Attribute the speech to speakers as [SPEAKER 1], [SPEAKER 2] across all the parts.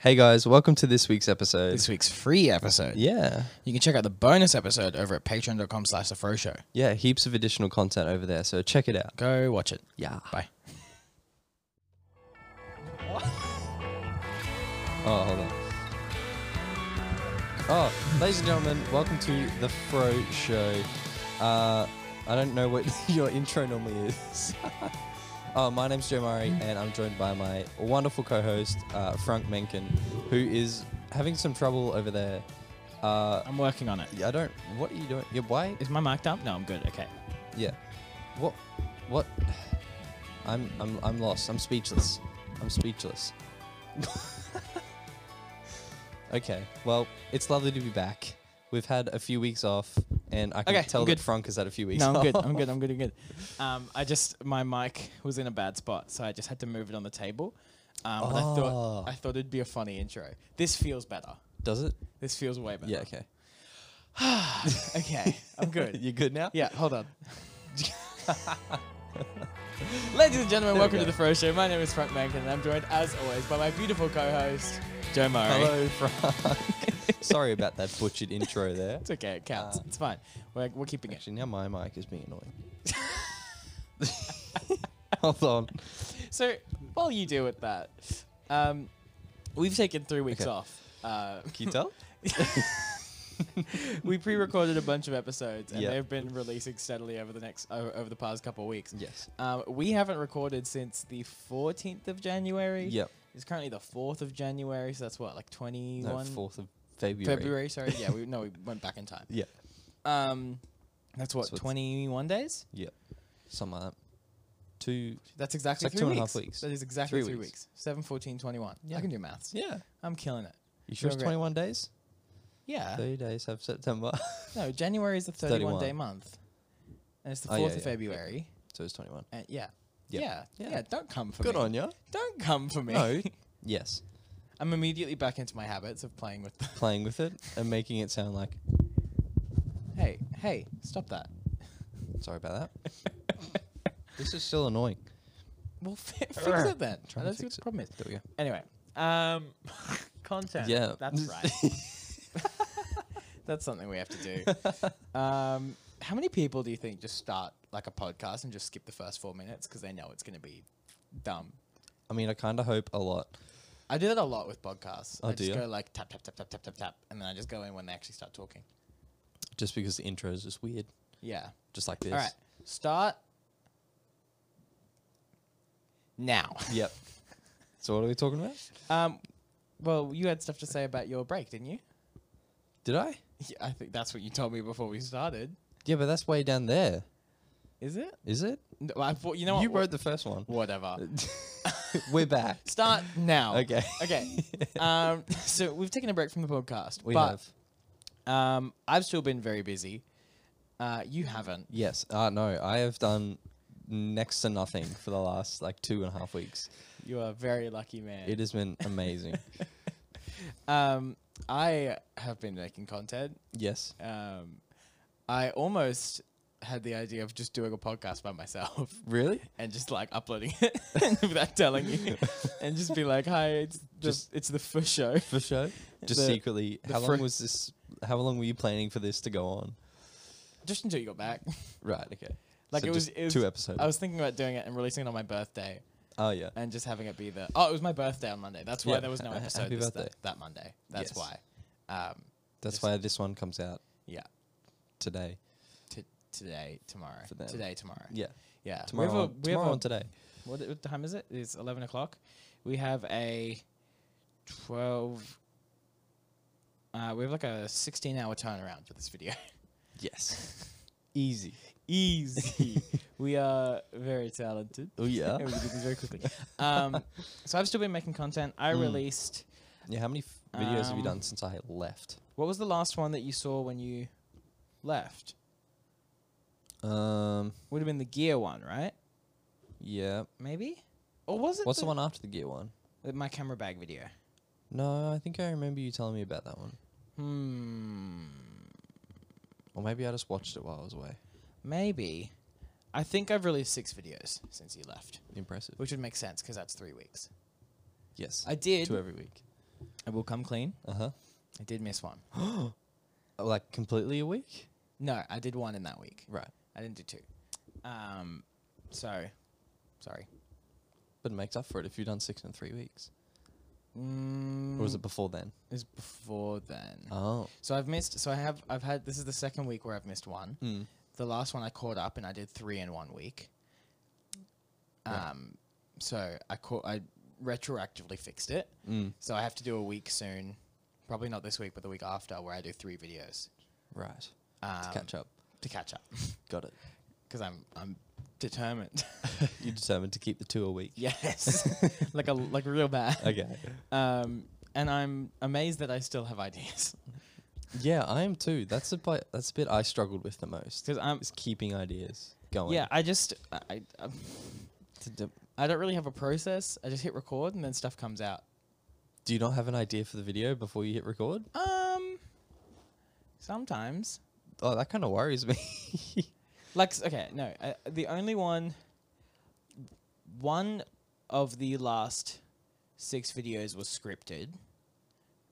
[SPEAKER 1] Hey guys, welcome to this week's episode.
[SPEAKER 2] This week's free episode.
[SPEAKER 1] yeah.
[SPEAKER 2] You can check out the bonus episode over at patreon.com slash the fro show.
[SPEAKER 1] Yeah, heaps of additional content over there, so check it out.
[SPEAKER 2] Go watch it.
[SPEAKER 1] Yeah.
[SPEAKER 2] Bye.
[SPEAKER 1] Oh, hold on. Oh, ladies and gentlemen, welcome to the Fro Show. Uh, I don't know what your intro normally is. oh, my name's Joe Murray, and I'm joined by my wonderful co-host uh, Frank Menken, who is having some trouble over there. Uh,
[SPEAKER 2] I'm working on it.
[SPEAKER 1] I don't. What are you doing? Yeah, why?
[SPEAKER 2] Is my mic up? No, I'm good. Okay.
[SPEAKER 1] Yeah. What? What? I'm I'm I'm lost. I'm speechless. I'm speechless. okay. Well, it's lovely to be back. We've had a few weeks off, and I can
[SPEAKER 2] Okay,
[SPEAKER 1] tell
[SPEAKER 2] I'm
[SPEAKER 1] that
[SPEAKER 2] good.
[SPEAKER 1] Frank has had a few weeks
[SPEAKER 2] No, I'm
[SPEAKER 1] off.
[SPEAKER 2] good. I'm good. I'm good. I'm good. Um, I just my mic was in a bad spot, so I just had to move it on the table. Um, but I
[SPEAKER 1] Oh.
[SPEAKER 2] thought I thought it'd be a funny intro. This feels better.
[SPEAKER 1] Does it?
[SPEAKER 2] This feels way better.
[SPEAKER 1] Yeah. Okay.
[SPEAKER 2] Okay. I'm good.
[SPEAKER 1] You good now?
[SPEAKER 2] Yeah. Hold on. Ladies and gentlemen,
[SPEAKER 1] There we
[SPEAKER 2] welcome
[SPEAKER 1] go.
[SPEAKER 2] to the Fro Show. My name is Frank Mankin, and I'm joined, as always, by my beautiful co-host Joe Murray.
[SPEAKER 1] Hello, Frank. Sorry about that butchered intro there.
[SPEAKER 2] It's okay. It counts.
[SPEAKER 1] Uh,
[SPEAKER 2] it's fine. We're, we're keeping it.
[SPEAKER 1] Actually, now my mic is being annoying. Hold on.
[SPEAKER 2] So while you deal with that, um, we've taken three weeks
[SPEAKER 1] Okay.
[SPEAKER 2] off. Uh,
[SPEAKER 1] Can you tell?
[SPEAKER 2] we pre-recorded a bunch of episodes, and
[SPEAKER 1] Yeah.
[SPEAKER 2] they've been releasing steadily over the next o- over the past couple of weeks.
[SPEAKER 1] Yes.
[SPEAKER 2] Um, we haven't recorded since the 14th of January.
[SPEAKER 1] Yep.
[SPEAKER 2] It's currently the 4th of January, so that's what like 21
[SPEAKER 1] No, fourth of February.
[SPEAKER 2] February. Sorry, yeah, we no, we went back in time.
[SPEAKER 1] Yeah.
[SPEAKER 2] Um, that's what
[SPEAKER 1] So it's-
[SPEAKER 2] 21 days.
[SPEAKER 1] Yeah. Something like that. Two.
[SPEAKER 2] That's exactly
[SPEAKER 1] like
[SPEAKER 2] three
[SPEAKER 1] two and
[SPEAKER 2] weeks.
[SPEAKER 1] a half weeks.
[SPEAKER 2] That is exactly
[SPEAKER 1] Three
[SPEAKER 2] three,
[SPEAKER 1] weeks.
[SPEAKER 2] weeks. Seven, fourteen, twenty-one. 7, 14, 21.
[SPEAKER 1] Yeah.
[SPEAKER 2] I can do maths.
[SPEAKER 1] Yeah.
[SPEAKER 2] I'm killing it.
[SPEAKER 1] You sure it's
[SPEAKER 2] Remember
[SPEAKER 1] 21
[SPEAKER 2] it.
[SPEAKER 1] days?
[SPEAKER 2] Yeah.
[SPEAKER 1] 30 days of September.
[SPEAKER 2] No, January is the 31,
[SPEAKER 1] 31.
[SPEAKER 2] day month. And it's the 4th
[SPEAKER 1] Oh, yeah,
[SPEAKER 2] of
[SPEAKER 1] yeah.
[SPEAKER 2] February.
[SPEAKER 1] so it's 21.
[SPEAKER 2] And yeah.
[SPEAKER 1] Yep.
[SPEAKER 2] Yeah.
[SPEAKER 1] Yeah.
[SPEAKER 2] yeah. don't come for
[SPEAKER 1] Good
[SPEAKER 2] me.
[SPEAKER 1] on you.
[SPEAKER 2] Don't come for me.
[SPEAKER 1] No. yes.
[SPEAKER 2] I'm immediately back into my habits of playing with the
[SPEAKER 1] Playing with it and making it sound like,
[SPEAKER 2] Hey, hey, stop that.
[SPEAKER 1] sorry about that. this is still annoying.
[SPEAKER 2] Well, fi- fix it then.
[SPEAKER 1] Trying to
[SPEAKER 2] Let's see what
[SPEAKER 1] fix
[SPEAKER 2] the
[SPEAKER 1] it.
[SPEAKER 2] problem is.
[SPEAKER 1] There we go.
[SPEAKER 2] Anyway, um, content.
[SPEAKER 1] Yeah.
[SPEAKER 2] That's right. That's something we have to do. Um, how many people do you think just start like a podcast and just skip the first four minutes because they know it's going to be dumb?
[SPEAKER 1] I mean, I kind of hope a lot.
[SPEAKER 2] I do that a lot with podcasts.
[SPEAKER 1] Oh,
[SPEAKER 2] I
[SPEAKER 1] do
[SPEAKER 2] just
[SPEAKER 1] ya?
[SPEAKER 2] go like tap tap tap tap tap tap tap, and then I just go in when they actually start talking.
[SPEAKER 1] Just because the intro is just weird.
[SPEAKER 2] Yeah.
[SPEAKER 1] Just like this.
[SPEAKER 2] All right. Start now.
[SPEAKER 1] Yep. So what are we talking about?
[SPEAKER 2] Um, well, you had stuff to say about your break, didn't you?
[SPEAKER 1] Did I?
[SPEAKER 2] Yeah, I think that's what you told me before we started.
[SPEAKER 1] Yeah, but that's way down there.
[SPEAKER 2] Is it?
[SPEAKER 1] Is it?
[SPEAKER 2] No, I thought you know what.
[SPEAKER 1] you wrote the first one.
[SPEAKER 2] whatever.
[SPEAKER 1] We're back.
[SPEAKER 2] Start now.
[SPEAKER 1] Okay.
[SPEAKER 2] Okay. Um, so we've taken a break from the podcast,
[SPEAKER 1] We
[SPEAKER 2] but
[SPEAKER 1] have.
[SPEAKER 2] um, I've still been very busy. Uh, you haven't.
[SPEAKER 1] Yes. Uh, no, I have done next to nothing for the last like two and a half weeks.
[SPEAKER 2] You are a very lucky man.
[SPEAKER 1] It has been amazing.
[SPEAKER 2] Um, I have been making content.
[SPEAKER 1] yes.
[SPEAKER 2] Um, I almost had the idea of just doing a podcast by myself
[SPEAKER 1] Really?
[SPEAKER 2] and just like uploading it without telling you, and just be like, "Hi, it's
[SPEAKER 1] Just-
[SPEAKER 2] just it's the first show."
[SPEAKER 1] For sure. Just
[SPEAKER 2] The-
[SPEAKER 1] secretly.
[SPEAKER 2] the
[SPEAKER 1] how long
[SPEAKER 2] fir-
[SPEAKER 1] was this? How long were you planning for this to go on?
[SPEAKER 2] Just until you got back.
[SPEAKER 1] Right. Okay.
[SPEAKER 2] Like,
[SPEAKER 1] So
[SPEAKER 2] it was-
[SPEAKER 1] just
[SPEAKER 2] it was-
[SPEAKER 1] two episodes.
[SPEAKER 2] I was thinking about doing it and releasing it on my birthday
[SPEAKER 1] oh yeah.
[SPEAKER 2] and just having it be the oh, it was my birthday on Monday. That's why
[SPEAKER 1] Yeah.
[SPEAKER 2] there was no
[SPEAKER 1] Ha- ha-
[SPEAKER 2] episode
[SPEAKER 1] happy
[SPEAKER 2] this,
[SPEAKER 1] birthday.
[SPEAKER 2] that, that Monday. That's
[SPEAKER 1] Yes.
[SPEAKER 2] why. Um,
[SPEAKER 1] That's
[SPEAKER 2] just-
[SPEAKER 1] why this one comes out
[SPEAKER 2] yeah,
[SPEAKER 1] today.
[SPEAKER 2] t- today, tomorrow,
[SPEAKER 1] For them.
[SPEAKER 2] today, tomorrow.
[SPEAKER 1] Yeah.
[SPEAKER 2] Yeah,
[SPEAKER 1] Tomorrow.
[SPEAKER 2] We have a,
[SPEAKER 1] on,
[SPEAKER 2] we have
[SPEAKER 1] tomorrow
[SPEAKER 2] a
[SPEAKER 1] on today.
[SPEAKER 2] What, what time is it? It's 11 o'clock. We have a 12. Uh, we have like a 16 hour turnaround for this video.
[SPEAKER 1] Yes. Easy.
[SPEAKER 2] Easy. we are very talented.
[SPEAKER 1] Oh yeah.
[SPEAKER 2] And we can do things very quickly. Um, so I've still been making content. I
[SPEAKER 1] Mm.
[SPEAKER 2] released.
[SPEAKER 1] yeah. How many f- videos have you
[SPEAKER 2] Um,
[SPEAKER 1] done since I left?
[SPEAKER 2] What was the last one that you saw when you left?
[SPEAKER 1] Um.
[SPEAKER 2] Would have been the gear one, right?
[SPEAKER 1] Yeah.
[SPEAKER 2] Maybe? Or was it?
[SPEAKER 1] What's the one after the gear one?
[SPEAKER 2] the- My camera bag video.
[SPEAKER 1] No, I think I remember you telling me about that one.
[SPEAKER 2] Hmm.
[SPEAKER 1] Or maybe I just watched it while I was away.
[SPEAKER 2] Maybe. I think I've released six videos since you left,
[SPEAKER 1] Impressive.
[SPEAKER 2] which would make sense because that's three weeks.
[SPEAKER 1] Yes.
[SPEAKER 2] I did.
[SPEAKER 1] Two every week.
[SPEAKER 2] I will come clean.
[SPEAKER 1] Uh huh.
[SPEAKER 2] I did miss one.
[SPEAKER 1] Like completely a week.
[SPEAKER 2] No, I did one in that week.
[SPEAKER 1] Right.
[SPEAKER 2] I didn't do two. Um, so, sorry.
[SPEAKER 1] But it makes up for it if you've done six in three weeks.
[SPEAKER 2] Mm,
[SPEAKER 1] Or was it before then?
[SPEAKER 2] is before then?
[SPEAKER 1] Oh.
[SPEAKER 2] So I've missed. So I have. I've had. This is the second week where I've missed one.
[SPEAKER 1] Mm.
[SPEAKER 2] The last one I caught up and I did three in one week.
[SPEAKER 1] Right.
[SPEAKER 2] Um, so I caught. I retroactively fixed it.
[SPEAKER 1] Mm.
[SPEAKER 2] So I have to do a week soon. Probably not this week, but the week after, where I do three videos
[SPEAKER 1] Right.
[SPEAKER 2] um,
[SPEAKER 1] to catch up.
[SPEAKER 2] To catch up,
[SPEAKER 1] Got it.
[SPEAKER 2] because I'm I'm determined.
[SPEAKER 1] You determined to keep the two a week.
[SPEAKER 2] yes, like a like real bad.
[SPEAKER 1] Okay.
[SPEAKER 2] Um, and I'm amazed that I still have ideas
[SPEAKER 1] Yeah, I am too. That's a bit, that's a bit I struggled with the most.
[SPEAKER 2] because I'm.
[SPEAKER 1] Is keeping ideas going.
[SPEAKER 2] Yeah, I just I I, I'm-
[SPEAKER 1] To de-
[SPEAKER 2] I don't really have a process. I just hit record and then stuff comes out.
[SPEAKER 1] Do you not have an idea for the video before you hit record?
[SPEAKER 2] Um, sometimes
[SPEAKER 1] Oh, that kind of worries me.
[SPEAKER 2] like s- okay, no, uh, the only one, one of the last six videos was scripted,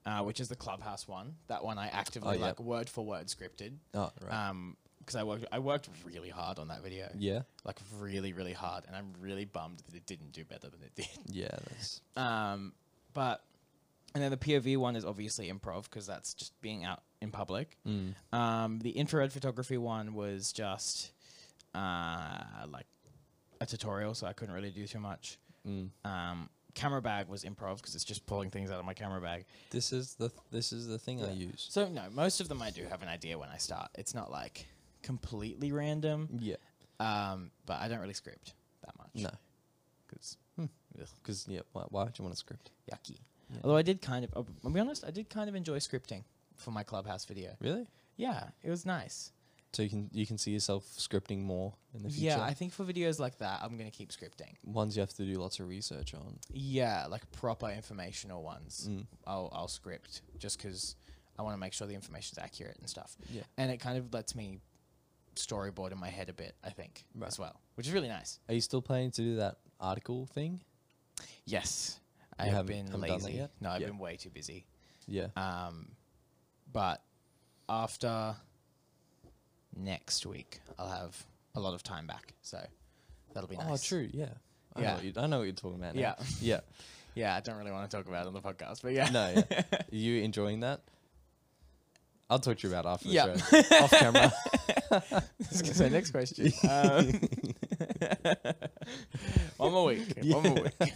[SPEAKER 2] uh, which is the clubhouse one. That one I actively
[SPEAKER 1] Oh, yeah.
[SPEAKER 2] like word for word scripted.
[SPEAKER 1] oh, right.
[SPEAKER 2] Um, because I worked I worked really hard on that video.
[SPEAKER 1] yeah.
[SPEAKER 2] like really, really hard, and I'm really bummed that it didn't do better than it did.
[SPEAKER 1] Yeah, that's
[SPEAKER 2] Um, but and then the POV one is obviously improv because that's just being out in public.
[SPEAKER 1] mm.
[SPEAKER 2] Um, the infrared photography one was just uh, like a tutorial, so I couldn't really do too much.
[SPEAKER 1] Mm.
[SPEAKER 2] Um, camera bag was improv because it's just pulling things out of my camera bag.
[SPEAKER 1] This is the this is the thing I
[SPEAKER 2] Yeah.
[SPEAKER 1] use.
[SPEAKER 2] So no, most of them I do have an idea when I start. It's not like completely random,
[SPEAKER 1] Yeah.
[SPEAKER 2] um, but I don't really script that much.
[SPEAKER 1] No.
[SPEAKER 2] 'cause-
[SPEAKER 1] Hmm.
[SPEAKER 2] Ugh.
[SPEAKER 1] Because yeah, why, why would you want to script?
[SPEAKER 2] yucky.
[SPEAKER 1] Yeah.
[SPEAKER 2] Although I did kind of, I'll- I'll be honest, I did kind of enjoy scripting for my clubhouse video.
[SPEAKER 1] Really?
[SPEAKER 2] Yeah, it was nice.
[SPEAKER 1] So you can you can see yourself scripting more in the future.
[SPEAKER 2] Yeah, I think for videos like that, I'm gonna keep scripting.
[SPEAKER 1] ones you have to do lots of research on.
[SPEAKER 2] Yeah, like proper informational ones.
[SPEAKER 1] Mm.
[SPEAKER 2] I'll I'll script just because I want to make sure the information's accurate and stuff.
[SPEAKER 1] Yeah.
[SPEAKER 2] and it kind of lets me storyboard in my head a bit. I think
[SPEAKER 1] Right.
[SPEAKER 2] as well, which is really nice.
[SPEAKER 1] Are you still planning to do that article thing?
[SPEAKER 2] Yes, I
[SPEAKER 1] You
[SPEAKER 2] have
[SPEAKER 1] haven't-
[SPEAKER 2] been
[SPEAKER 1] haven't done that
[SPEAKER 2] lazy.
[SPEAKER 1] yet?
[SPEAKER 2] No, I've
[SPEAKER 1] Yeah.
[SPEAKER 2] been way too busy.
[SPEAKER 1] Yeah.
[SPEAKER 2] Um, but after next week, I'll have a lot of time back, so that'll be nice.
[SPEAKER 1] Oh, true. Yeah. I know
[SPEAKER 2] Yeah.
[SPEAKER 1] what you, I know what you're talking about. now.
[SPEAKER 2] Yeah.
[SPEAKER 1] Yeah.
[SPEAKER 2] Yeah, I don't really want to talk about it on the podcast, but yeah,
[SPEAKER 1] No. Yeah. Are you enjoying that? I'll talk to you about after
[SPEAKER 2] Yeah.
[SPEAKER 1] the show. Off camera.
[SPEAKER 2] Let's get to the next question. Um, one more week. One more week. I'm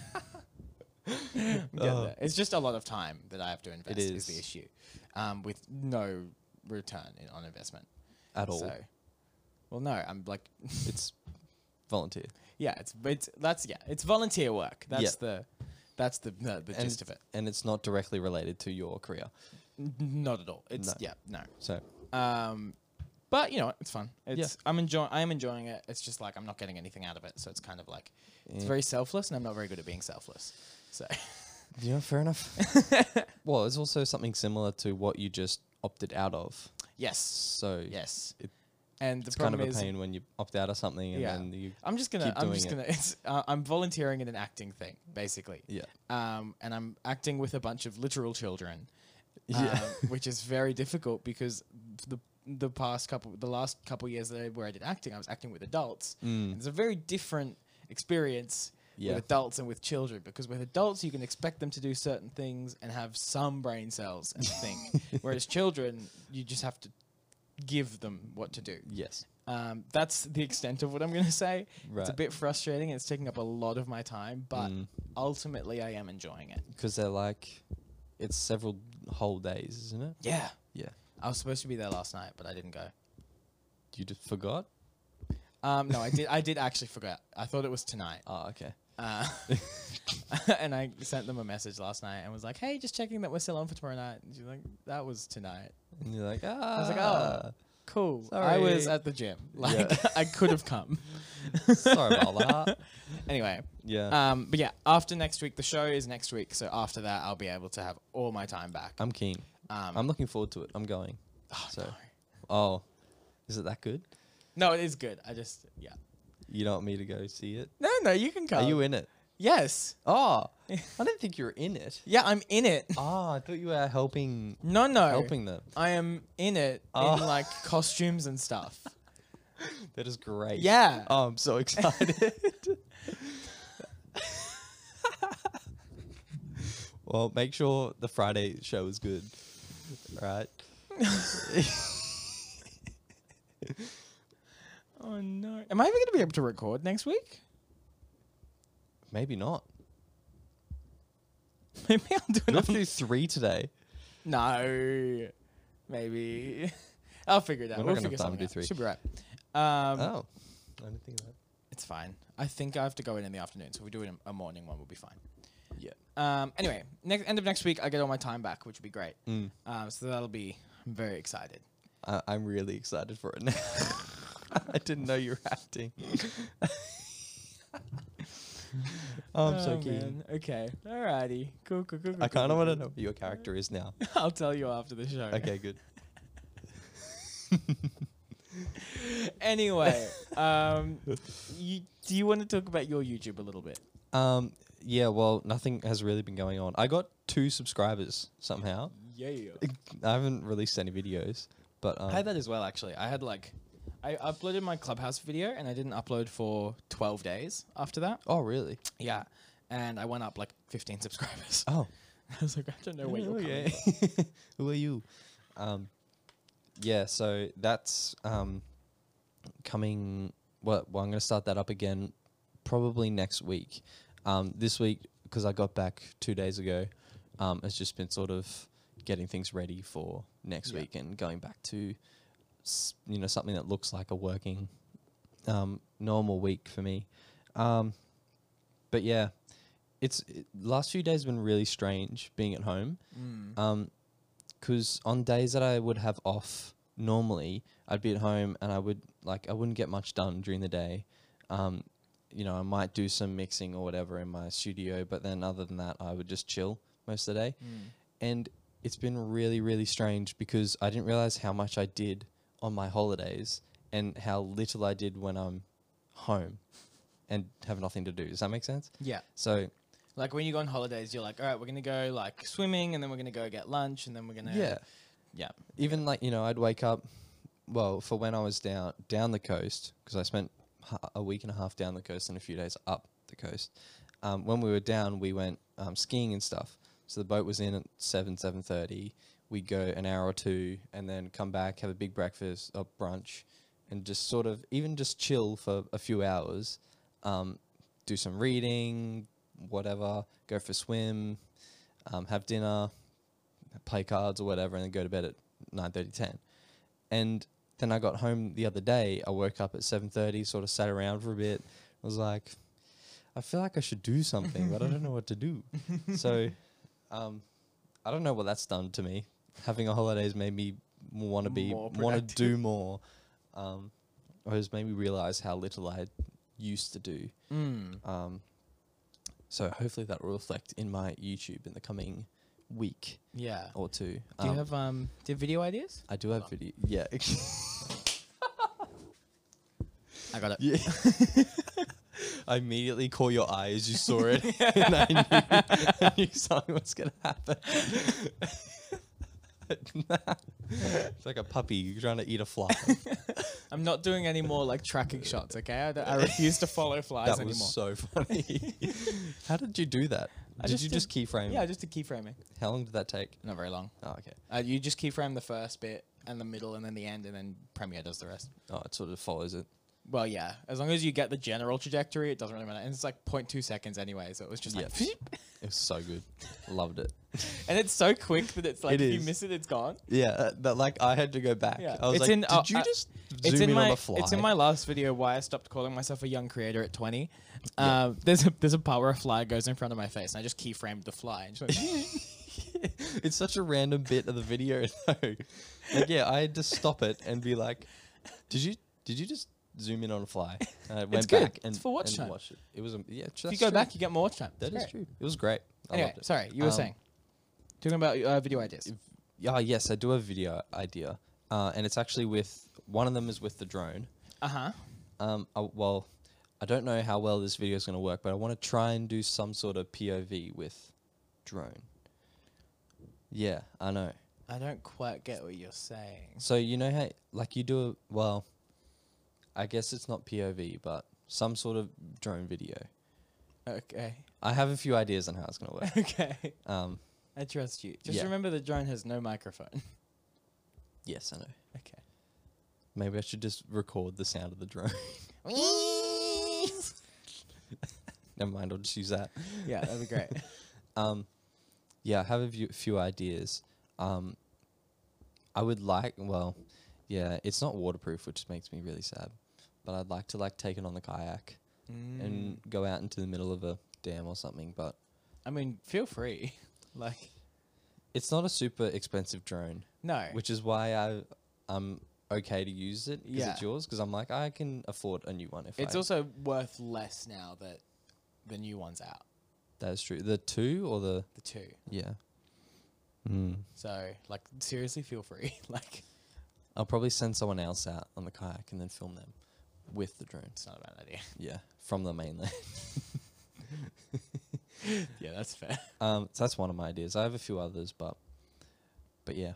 [SPEAKER 2] getting
[SPEAKER 1] Oh.
[SPEAKER 2] there. It's just a lot of time that I have to invest. Is. the
[SPEAKER 1] is.
[SPEAKER 2] issue, um, with no return in, on investment
[SPEAKER 1] At all.
[SPEAKER 2] So, well, no, I'm like
[SPEAKER 1] It's volunteer.
[SPEAKER 2] Yeah, it's it's that's yeah, it's volunteer work. That's
[SPEAKER 1] Yeah.
[SPEAKER 2] the that's the the, the
[SPEAKER 1] And-
[SPEAKER 2] gist of it.
[SPEAKER 1] And it's not directly related to your career.
[SPEAKER 2] N- Not at all. It's
[SPEAKER 1] No.
[SPEAKER 2] yeah, no.
[SPEAKER 1] So
[SPEAKER 2] Um, but you know, what, it's fun. It's I'm enjoying I am enjoying it. It's just like I'm not getting anything out of it, so it's kind of like it's
[SPEAKER 1] Yeah.
[SPEAKER 2] very selfless, and I'm not very good at being selfless. So
[SPEAKER 1] Yeah, fair enough. well, it's also something similar to what you just opted out of.
[SPEAKER 2] yes,
[SPEAKER 1] So
[SPEAKER 2] yes,
[SPEAKER 1] It-
[SPEAKER 2] and the
[SPEAKER 1] it's kind
[SPEAKER 2] problem
[SPEAKER 1] of a
[SPEAKER 2] is.
[SPEAKER 1] pain when you opt out of something and
[SPEAKER 2] Yeah.
[SPEAKER 1] then you
[SPEAKER 2] I'm just gonna.
[SPEAKER 1] Keep
[SPEAKER 2] I'm
[SPEAKER 1] doing
[SPEAKER 2] just
[SPEAKER 1] it.
[SPEAKER 2] gonna. It's. Uh, I'm volunteering in an acting thing, basically.
[SPEAKER 1] yeah
[SPEAKER 2] um, and I'm acting with a bunch of literal children,
[SPEAKER 1] Yeah.
[SPEAKER 2] um, which is very difficult because the the past couple, the last couple years that I, where I did acting, I was acting with adults.
[SPEAKER 1] Mm.
[SPEAKER 2] And it's a very different experience
[SPEAKER 1] Yeah.
[SPEAKER 2] with adults and with children because with adults you can expect them to do certain things and have some brain cells and think, whereas children you just have to give them what to do.
[SPEAKER 1] yes
[SPEAKER 2] Um, that's the extent of what I'm going to say. It's a
[SPEAKER 1] Right. Mm.
[SPEAKER 2] bit frustrating. and It's taking up a lot of my time, but ultimately I am enjoying it.
[SPEAKER 1] because they're like it's several whole days, isn't it?
[SPEAKER 2] Yeah.
[SPEAKER 1] Yeah,
[SPEAKER 2] I was supposed to be there last night, but I didn't go.
[SPEAKER 1] you just forgot.
[SPEAKER 2] Um, no, I did. I did actually forget. I thought it was tonight,
[SPEAKER 1] Oh, okay.
[SPEAKER 2] uh, and I sent them a message last night and was like, "Hey, just checking that we're still on for tomorrow night." And she's like, "That was tonight.
[SPEAKER 1] And you're like, ah,
[SPEAKER 2] was like, oh. Cool. I was
[SPEAKER 1] Sorry.
[SPEAKER 2] at the gym. Like, I could have come."
[SPEAKER 1] "Ah." sorry about that.
[SPEAKER 2] anyway,
[SPEAKER 1] Yeah,
[SPEAKER 2] um, but yeah, after next week, the show is next week, so after that, I'll be able to have all my time back.
[SPEAKER 1] I'm keen.
[SPEAKER 2] Um,
[SPEAKER 1] I'm looking forward to it. I'm going.
[SPEAKER 2] oh,
[SPEAKER 1] so, oh, is it that good?
[SPEAKER 2] no. no, it is good. I just yeah.
[SPEAKER 1] You don't want me to go see it?
[SPEAKER 2] No, no, you can come.
[SPEAKER 1] Are you in it?
[SPEAKER 2] Yes.
[SPEAKER 1] Oh, Uh, I didn't think you were in it.
[SPEAKER 2] Yeah, I'm in it.
[SPEAKER 1] Ah, I thought you were helping
[SPEAKER 2] No, no.
[SPEAKER 1] helping them.
[SPEAKER 2] I am in it
[SPEAKER 1] Oh.
[SPEAKER 2] in like costumes and stuff.
[SPEAKER 1] That is great.
[SPEAKER 2] Yeah.
[SPEAKER 1] Oh, I'm so excited. well, make sure the Friday show is good. Right?
[SPEAKER 2] Oh no. Am I even going to be able to record next week?
[SPEAKER 1] Maybe not.
[SPEAKER 2] Maybe I'll do
[SPEAKER 1] We have
[SPEAKER 2] it.
[SPEAKER 1] to
[SPEAKER 2] On-
[SPEAKER 1] do three today.
[SPEAKER 2] no. Maybe. I'll figure it out.
[SPEAKER 1] We're not
[SPEAKER 2] we'll
[SPEAKER 1] gonna have time
[SPEAKER 2] figure
[SPEAKER 1] to
[SPEAKER 2] something
[SPEAKER 1] do
[SPEAKER 2] out.
[SPEAKER 1] three.
[SPEAKER 2] Should be right. Um,
[SPEAKER 1] oh. I didn't think of that.
[SPEAKER 2] It's fine. I think I have to go in in the afternoon, so if we do it in a morning one, we'll be fine.
[SPEAKER 1] Yeah.
[SPEAKER 2] Um, anyway, next, end of next week, I get all my time back, which would be great.
[SPEAKER 1] Mm.
[SPEAKER 2] Um, so that'll be. I'm very excited.
[SPEAKER 1] I- I'm really excited for it now. I didn't know you were acting. oh, I'm so
[SPEAKER 2] Oh,
[SPEAKER 1] keen.
[SPEAKER 2] man. Okay. Alrighty. Cool. Cool. Cool. cool
[SPEAKER 1] I kind of want to
[SPEAKER 2] to
[SPEAKER 1] know who your character is now.
[SPEAKER 2] I'll tell you after the show.
[SPEAKER 1] Okay, good.
[SPEAKER 2] anyway, um, you, do you want to talk about your YouTube a little bit?
[SPEAKER 1] Um, yeah, well, nothing has really been going on. I got two subscribers somehow.
[SPEAKER 2] Yeah.
[SPEAKER 1] I haven't released any videos, but um,
[SPEAKER 2] I had that as well, actually. I had like, I uploaded my Clubhouse video and I didn't upload for 12 days after that.
[SPEAKER 1] oh really?
[SPEAKER 2] Yeah. And I went up like 15 subscribers.
[SPEAKER 1] Oh,
[SPEAKER 2] I was like, I don't know where you're coming from.
[SPEAKER 1] okay. Who are you? Um, yeah, so that's um coming. Well, well, I'm gonna start that up again, probably next week. Um, this week because I got back two days ago. Um, it's just been sort of getting things ready for next
[SPEAKER 2] Yeah.
[SPEAKER 1] week and going back to s- you know something that looks like a working um, normal week for me. Um, but yeah, it's it, last few days have been really strange being at home
[SPEAKER 2] Mm.
[SPEAKER 1] because on days that I would have off normally, I'd be at home and I would like I wouldn't get much done during the day. Um, you know, I might do some mixing or whatever in my studio, but then other than that, I would just chill most of the day.
[SPEAKER 2] Mm.
[SPEAKER 1] And it's been really, really strange because I didn't realize how much I did on my holidays and how little I did when I'm home and have nothing to do. Does that make sense?
[SPEAKER 2] Yeah.
[SPEAKER 1] So
[SPEAKER 2] Like when you go on holidays, you're like, all right, we're going to go like swimming and then we're going to go get lunch and then we're going to.
[SPEAKER 1] yeah,
[SPEAKER 2] Yeah.
[SPEAKER 1] even like you know i'd wake up well for when i was down down the coast because i spent h- a week and a half down the coast and a few days up the coast um, when we were down we went um, skiing and stuff so the boat was in at 7 7.30 we'd go an hour or two and then come back have a big breakfast or brunch and just sort of even just chill for a few hours um, do some reading whatever go for a swim um, have dinner play cards or whatever and then go to bed at 9.30 10 and then i got home the other day i woke up at 7.30 sort of sat around for a bit I was like i feel like i should do something but i don't know what to do so um, i don't know what that's done to me having a holidays made me want to be
[SPEAKER 2] More
[SPEAKER 1] want to do
[SPEAKER 2] productive.
[SPEAKER 1] more um, or has made me realize how little i used to do
[SPEAKER 2] Mm.
[SPEAKER 1] um, so hopefully that will reflect in my youtube in the coming week
[SPEAKER 2] Yeah.
[SPEAKER 1] or two
[SPEAKER 2] Do you
[SPEAKER 1] Um,
[SPEAKER 2] have um? Do you have video ideas?
[SPEAKER 1] I do have video. Yeah.
[SPEAKER 2] I got it.
[SPEAKER 1] yeah. I immediately caught your eye as you saw it, and I knew, I knew something was gonna happen. it's like a puppy you're trying to eat a fly.
[SPEAKER 2] I'm not doing any more like tracking shots. Okay, I, d- I refuse to follow flies
[SPEAKER 1] that was
[SPEAKER 2] anymore.
[SPEAKER 1] so funny. How did you do that?
[SPEAKER 2] I
[SPEAKER 1] Did
[SPEAKER 2] just
[SPEAKER 1] you
[SPEAKER 2] did-
[SPEAKER 1] just keyframe?
[SPEAKER 2] yeah, just to keyframing.
[SPEAKER 1] How long did that take?
[SPEAKER 2] Not very long.
[SPEAKER 1] Oh, okay.
[SPEAKER 2] Uh, you just keyframe the first bit and the middle and then the end, and then Premiere does the rest.
[SPEAKER 1] Oh, it sort of follows it.
[SPEAKER 2] Well, yeah, as long as you get the general trajectory, it doesn't really matter. And it's like 0.2 seconds anyway, so it was just like,
[SPEAKER 1] Yeah. It was so good. Loved it.
[SPEAKER 2] and it's so quick that it's like
[SPEAKER 1] It
[SPEAKER 2] if you
[SPEAKER 1] is.
[SPEAKER 2] miss it, it's gone.
[SPEAKER 1] Yeah, that like I had to go back.
[SPEAKER 2] Yeah.
[SPEAKER 1] I was
[SPEAKER 2] It's
[SPEAKER 1] like,
[SPEAKER 2] in-
[SPEAKER 1] did
[SPEAKER 2] oh,
[SPEAKER 1] you
[SPEAKER 2] I-
[SPEAKER 1] just zoom
[SPEAKER 2] It's in
[SPEAKER 1] in
[SPEAKER 2] my
[SPEAKER 1] on the fly?
[SPEAKER 2] it's in my last video why I stopped calling myself a young creator at 20. Um, there's a there's a part where a fly goes in front of my face, and I just keyframed the fly. And just went,
[SPEAKER 1] it's such a random bit of the video though. Like yeah, I had to stop it and be like, "Did you did you just zoom in on a fly?" And I went
[SPEAKER 2] good.
[SPEAKER 1] back
[SPEAKER 2] It's
[SPEAKER 1] and
[SPEAKER 2] for watch
[SPEAKER 1] and
[SPEAKER 2] time.
[SPEAKER 1] watched it. It was a, yeah. That's
[SPEAKER 2] if you go
[SPEAKER 1] true.
[SPEAKER 2] back, you get more watch time.
[SPEAKER 1] that
[SPEAKER 2] It's
[SPEAKER 1] is
[SPEAKER 2] great.
[SPEAKER 1] true. It was great. I
[SPEAKER 2] Anyway,
[SPEAKER 1] loved it.
[SPEAKER 2] sorry, you were
[SPEAKER 1] Um,
[SPEAKER 2] saying talking about uh, video ideas.
[SPEAKER 1] Yeah, oh, yes, I do have a video idea, uh, and it's actually with one of them is with the drone.
[SPEAKER 2] Uh huh.
[SPEAKER 1] Um, I, well, I don't know how well this video is going to work, but I want to try and do some sort of POV with drone. Yeah, I know.
[SPEAKER 2] I don't quite get what you're saying.
[SPEAKER 1] So you know how like you do a well, I guess it's not POV, but some sort of drone video.
[SPEAKER 2] Okay.
[SPEAKER 1] I have a few ideas on how it's going to work.
[SPEAKER 2] Okay.
[SPEAKER 1] um,
[SPEAKER 2] I trust you. Just
[SPEAKER 1] Yeah.
[SPEAKER 2] remember the drone has no microphone.
[SPEAKER 1] yes, I know.
[SPEAKER 2] okay.
[SPEAKER 1] Maybe I should just record the sound of the drone. Never mind, I'll just use that.
[SPEAKER 2] yeah, that'd be great.
[SPEAKER 1] Um, yeah, I have a few, few ideas. Um, I would like, well, yeah, it's not waterproof, which makes me really sad. But I'd like to like take it on the kayak
[SPEAKER 2] Mm.
[SPEAKER 1] and go out into the middle of a dam or something. But
[SPEAKER 2] I mean, feel free. Like,
[SPEAKER 1] it's not a super expensive drone,
[SPEAKER 2] no.
[SPEAKER 1] which is why I I'm okay to use it because
[SPEAKER 2] Yeah.
[SPEAKER 1] it's yours. Because I'm like I can afford a new one if
[SPEAKER 2] it's
[SPEAKER 1] I,
[SPEAKER 2] also worth less now that the new one's out,
[SPEAKER 1] that is true. The two or the
[SPEAKER 2] the two.
[SPEAKER 1] yeah. Mm.
[SPEAKER 2] So, like, seriously, feel free. like,
[SPEAKER 1] I'll probably send someone else out on the kayak and then film them with the drone.
[SPEAKER 2] it's not a bad idea.
[SPEAKER 1] Yeah, from the mainland.
[SPEAKER 2] yeah, that's fair.
[SPEAKER 1] Um, so that's one of my ideas. I have a few others, but but yeah,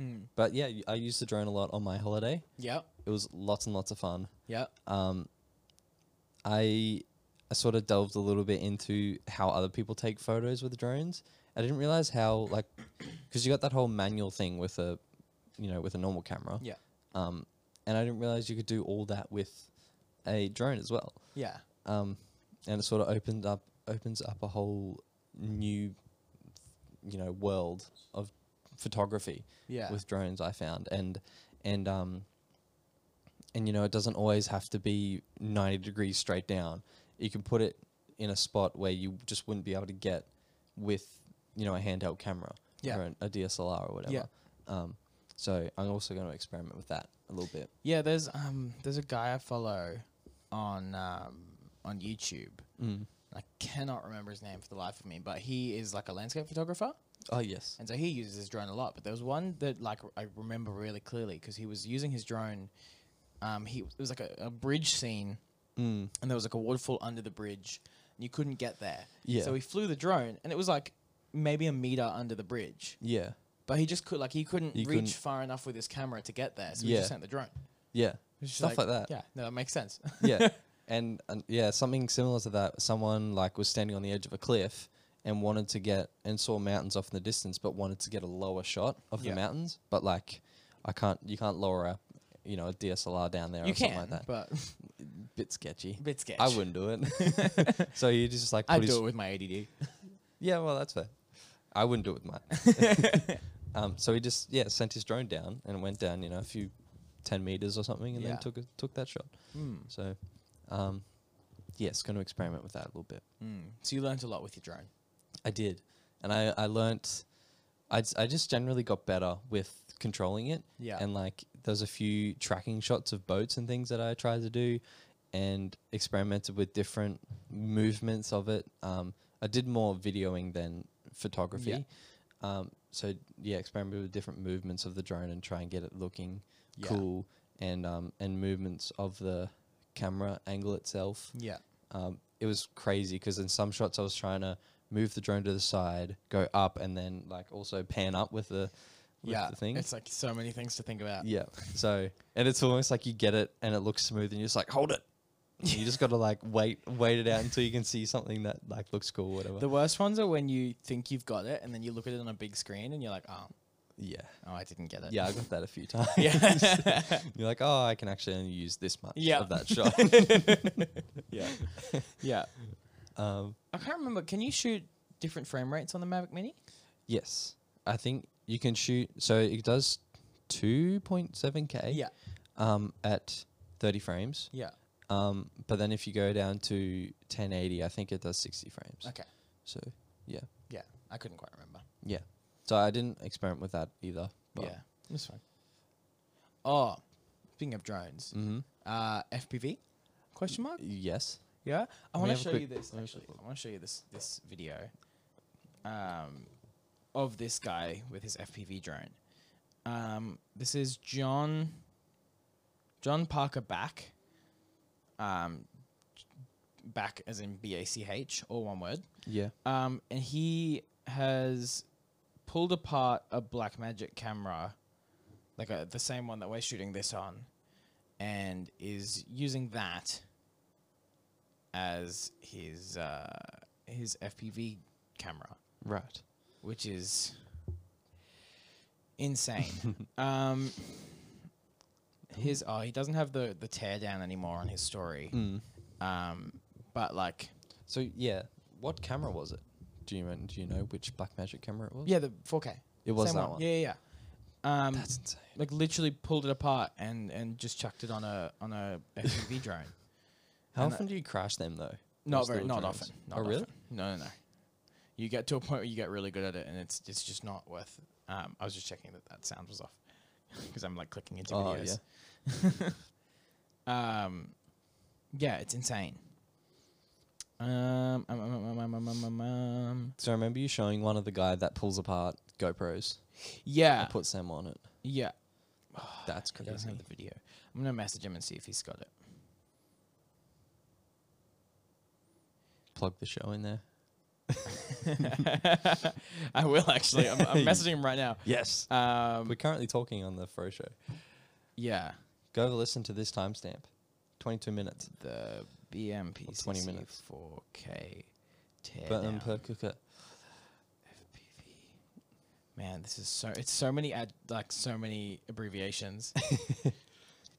[SPEAKER 2] Mm.
[SPEAKER 1] but yeah, I used the drone a lot on my holiday.
[SPEAKER 2] Yep.
[SPEAKER 1] It was lots and lots of fun.
[SPEAKER 2] Yep.
[SPEAKER 1] Um, I I sort of delved a little bit into how other people take photos with drones. I didn't realize how like because you got that whole manual thing with a you know with a normal camera.
[SPEAKER 2] Yeah.
[SPEAKER 1] Um, and I didn't realize you could do all that with a drone as well.
[SPEAKER 2] Yeah.
[SPEAKER 1] um, and it sort of opened up opens up a whole new you know world of photography
[SPEAKER 2] Yeah.
[SPEAKER 1] with drones I found and and um and you know it doesn't always have to be 90 degrees straight down you can put it in a spot where you just wouldn't be able to get with you know a handheld camera
[SPEAKER 2] Yeah.
[SPEAKER 1] or an- a DSLR or whatever
[SPEAKER 2] Yeah.
[SPEAKER 1] um so I'm also going to experiment with that a little bit
[SPEAKER 2] yeah. There's um there's a guy I follow on um on YouTube.
[SPEAKER 1] mm.
[SPEAKER 2] I cannot remember his name for the life of me, but he is like a landscape photographer.
[SPEAKER 1] oh yes
[SPEAKER 2] And so he uses his drone a lot. But there was one that like I remember really clearly because he was using his drone. Um, he it was like a, a bridge scene,
[SPEAKER 1] mm.
[SPEAKER 2] and there was like a waterfall under the bridge, and you couldn't get there.
[SPEAKER 1] Yeah.
[SPEAKER 2] So he flew the drone, and it was like maybe a meter under the bridge,
[SPEAKER 1] yeah
[SPEAKER 2] but he just could like he couldn't
[SPEAKER 1] He
[SPEAKER 2] reach
[SPEAKER 1] couldn't-
[SPEAKER 2] far enough with his camera to get there. So he
[SPEAKER 1] Yeah.
[SPEAKER 2] just sent the drone.
[SPEAKER 1] yeah
[SPEAKER 2] It's just
[SPEAKER 1] Stuff like that.
[SPEAKER 2] Yeah, no, that makes sense.
[SPEAKER 1] yeah and, and yeah something similar to that someone like was standing on the edge of a cliff and wanted to get and saw mountains off in the distance but wanted to get a lower shot of
[SPEAKER 2] Yeah.
[SPEAKER 1] the mountains but like i can't you can't lower a you know a dslr down there
[SPEAKER 2] you
[SPEAKER 1] or
[SPEAKER 2] can,
[SPEAKER 1] something like that
[SPEAKER 2] but
[SPEAKER 1] bit sketchy
[SPEAKER 2] bit sketch.
[SPEAKER 1] i wouldn't do it so you just like
[SPEAKER 2] I
[SPEAKER 1] put his,
[SPEAKER 2] do it with my ADD.
[SPEAKER 1] yeah well that's fair i wouldn't do it with mine um so he just yeah sent his drone down and it went down you know a few 10 meters or something and
[SPEAKER 2] Yeah.
[SPEAKER 1] then took a, took that shot
[SPEAKER 2] Mm.
[SPEAKER 1] so um yes going to experiment with that a little bit
[SPEAKER 2] Mm. So you learnt a lot with your drone.
[SPEAKER 1] I did, and I I learnt. I j- I just generally got better with controlling it,
[SPEAKER 2] Yeah.
[SPEAKER 1] and like there's a few tracking shots of boats and things that I tried to do, and experimented with different movements of it. Um, I did more videoing than photography, um, so yeah, experimented with different movements of the drone and try and get it looking
[SPEAKER 2] Yeah.
[SPEAKER 1] cool, and um and movements of the camera angle itself
[SPEAKER 2] Yeah.
[SPEAKER 1] um, it was crazy because in some shots I was trying to move the drone to the side, go up, and then like also pan up with the with
[SPEAKER 2] yeah.
[SPEAKER 1] the thing.
[SPEAKER 2] It's like so many things to think about.
[SPEAKER 1] yeah. So and it's almost like you get it and it looks smooth and you're just like hold it. And you just got to like wait wait it out until you can see something that like looks cool or whatever.
[SPEAKER 2] The worst ones are when you think you've got it and then you look at it on a big screen and you're like, oh,
[SPEAKER 1] yeah.
[SPEAKER 2] oh I didn't get it.
[SPEAKER 1] Yeah, I got that a few times.
[SPEAKER 2] Yeah.
[SPEAKER 1] you're like, oh, I can actually only use this much
[SPEAKER 2] Yeah.
[SPEAKER 1] of that shot. yeah.
[SPEAKER 2] yeah.
[SPEAKER 1] Um,
[SPEAKER 2] I can't remember. Can you shoot different frame rates on the Mavic Mini?
[SPEAKER 1] yes, I think you can shoot. So it does two point seven k.
[SPEAKER 2] Yeah.
[SPEAKER 1] um, at 30 frames.
[SPEAKER 2] Yeah.
[SPEAKER 1] Um, but then if you go down to 1080, I think it does 60 frames.
[SPEAKER 2] Okay.
[SPEAKER 1] So
[SPEAKER 2] Yeah. I couldn't quite remember.
[SPEAKER 1] so I didn't experiment with that either. But
[SPEAKER 2] yeah. That's fine. Oh, speaking of drones,
[SPEAKER 1] Mm-hmm.
[SPEAKER 2] uh, FPV? Question mark?
[SPEAKER 1] Yes.
[SPEAKER 2] Yeah. I
[SPEAKER 1] Let me
[SPEAKER 2] want
[SPEAKER 1] have
[SPEAKER 2] to
[SPEAKER 1] a
[SPEAKER 2] show
[SPEAKER 1] quick-
[SPEAKER 2] you this.
[SPEAKER 1] let me have a
[SPEAKER 2] Actually,
[SPEAKER 1] quick
[SPEAKER 2] I want to show you this this video, um, of this guy with his FPV drone. Um, this is John. John Parker Back. Um, back as in B A C H, all one word.
[SPEAKER 1] Yeah.
[SPEAKER 2] Um, and he has pulled apart a black magic camera, like a, the same one that we're shooting this on, and is using that as his uh, his FPV camera,
[SPEAKER 1] Right.
[SPEAKER 2] which is insane. um, his oh, he doesn't have the the teardown anymore on his story. Um, but like
[SPEAKER 1] So yeah, what camera was it? Do you do you know which Blackmagic camera it was?
[SPEAKER 2] yeah, the 4K.
[SPEAKER 1] It was
[SPEAKER 2] Same
[SPEAKER 1] that one.
[SPEAKER 2] Yeah, yeah. yeah. Um,
[SPEAKER 1] That's insane.
[SPEAKER 2] like literally pulled it apart and and just chucked it on a on a FPV drone.
[SPEAKER 1] How
[SPEAKER 2] and
[SPEAKER 1] often do you crash them though?
[SPEAKER 2] Not
[SPEAKER 1] Those
[SPEAKER 2] very,
[SPEAKER 1] little
[SPEAKER 2] not
[SPEAKER 1] drones?
[SPEAKER 2] often. Not
[SPEAKER 1] oh really?
[SPEAKER 2] often. No, no, no. You get to a point where you get really good at it, and it's it's just not worth. Um, I was just checking that that sound was off because I'm like clicking into
[SPEAKER 1] Oh,
[SPEAKER 2] videos. um, yeah, it's insane. Um, um, um, um, um, um, um, um, um.
[SPEAKER 1] So I remember you showing one of the guy that pulls apart GoPros. I
[SPEAKER 2] yeah,
[SPEAKER 1] put Sam on it.
[SPEAKER 2] yeah.
[SPEAKER 1] That's
[SPEAKER 2] He
[SPEAKER 1] crazy.
[SPEAKER 2] doesn't have the video. I'm gonna message him and see if he's got it.
[SPEAKER 1] Plug the show in there.
[SPEAKER 2] I will actually. I'm, I'm messaging him right now.
[SPEAKER 1] Yes.
[SPEAKER 2] Um,
[SPEAKER 1] We're currently talking on the Fro Show.
[SPEAKER 2] yeah,
[SPEAKER 1] Go over listen to this timestamp. 22 minutes.
[SPEAKER 2] the BMP
[SPEAKER 1] 20 minutes.
[SPEAKER 2] 4K
[SPEAKER 1] But um,
[SPEAKER 2] teardown
[SPEAKER 1] per cooker.
[SPEAKER 2] FPV. Man, this is so. It's so many ad, like so many abbreviations. Do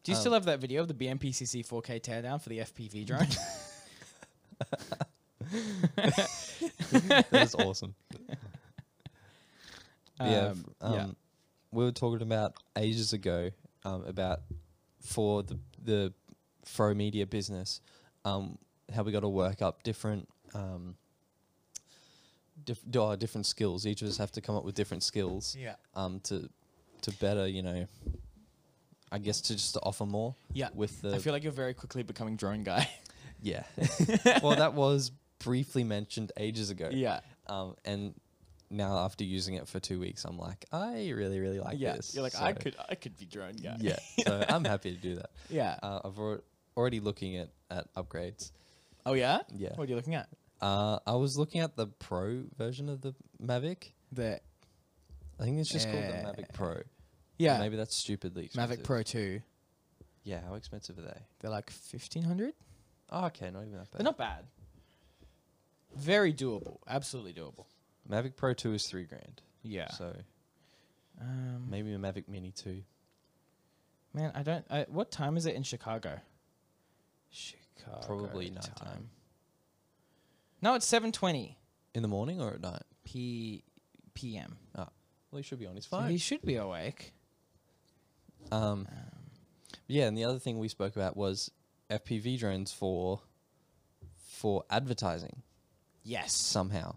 [SPEAKER 2] you
[SPEAKER 1] Um,
[SPEAKER 2] still have that video of the BMPCC 4K teardown for the FPV drone?
[SPEAKER 1] that is awesome. yeah, f-
[SPEAKER 2] Um,
[SPEAKER 1] um,
[SPEAKER 2] yeah.
[SPEAKER 1] We were talking about ages ago um, about for the the Fro Media business, um, how we got to work up different. Um, Diff- oh, different skills. Each of us have to come up with different skills
[SPEAKER 2] yeah.
[SPEAKER 1] um, to to better, you know, I guess to just to offer more
[SPEAKER 2] Yeah.
[SPEAKER 1] with
[SPEAKER 2] I
[SPEAKER 1] the
[SPEAKER 2] feel like you're very quickly becoming drone guy.
[SPEAKER 1] yeah. well, that was briefly mentioned ages ago.
[SPEAKER 2] yeah.
[SPEAKER 1] Um, and now after using it for two weeks, I'm like, I really, really like
[SPEAKER 2] yeah.
[SPEAKER 1] this.
[SPEAKER 2] You're like I
[SPEAKER 1] So,
[SPEAKER 2] could I could be drone guy.
[SPEAKER 1] Yeah. so I'm happy to do that.
[SPEAKER 2] Yeah.
[SPEAKER 1] Uh, I've alre- already looking at, at upgrades.
[SPEAKER 2] oh yeah.
[SPEAKER 1] Yeah.
[SPEAKER 2] What are you looking at?
[SPEAKER 1] Uh, I was looking at the Pro version of the Mavic.
[SPEAKER 2] The
[SPEAKER 1] I think it's just called
[SPEAKER 2] Yeah.
[SPEAKER 1] the Mavic Pro.
[SPEAKER 2] Eh, yeah.
[SPEAKER 1] Maybe that's stupidly expensive.
[SPEAKER 2] Mavic Pro 2.
[SPEAKER 1] Yeah. How expensive are they?
[SPEAKER 2] They're like 1500.
[SPEAKER 1] Oh, okay. Not even that bad.
[SPEAKER 2] They're not bad. Very doable. Absolutely doable.
[SPEAKER 1] Mavic Pro 2 is three grand.
[SPEAKER 2] Yeah.
[SPEAKER 1] So
[SPEAKER 2] um,
[SPEAKER 1] maybe a Mavic Mini 2.
[SPEAKER 2] Man, I don't. I, what time is it in Chicago? Chicago.
[SPEAKER 1] Probably nighttime.
[SPEAKER 2] No, it's 7:20
[SPEAKER 1] In the morning or at night?
[SPEAKER 2] p p.m.
[SPEAKER 1] Well, he should be on his
[SPEAKER 2] So
[SPEAKER 1] phone.
[SPEAKER 2] he should be awake.
[SPEAKER 1] Um, yeah, and the other thing we spoke about was FPV drones for for advertising
[SPEAKER 2] Yes,
[SPEAKER 1] somehow,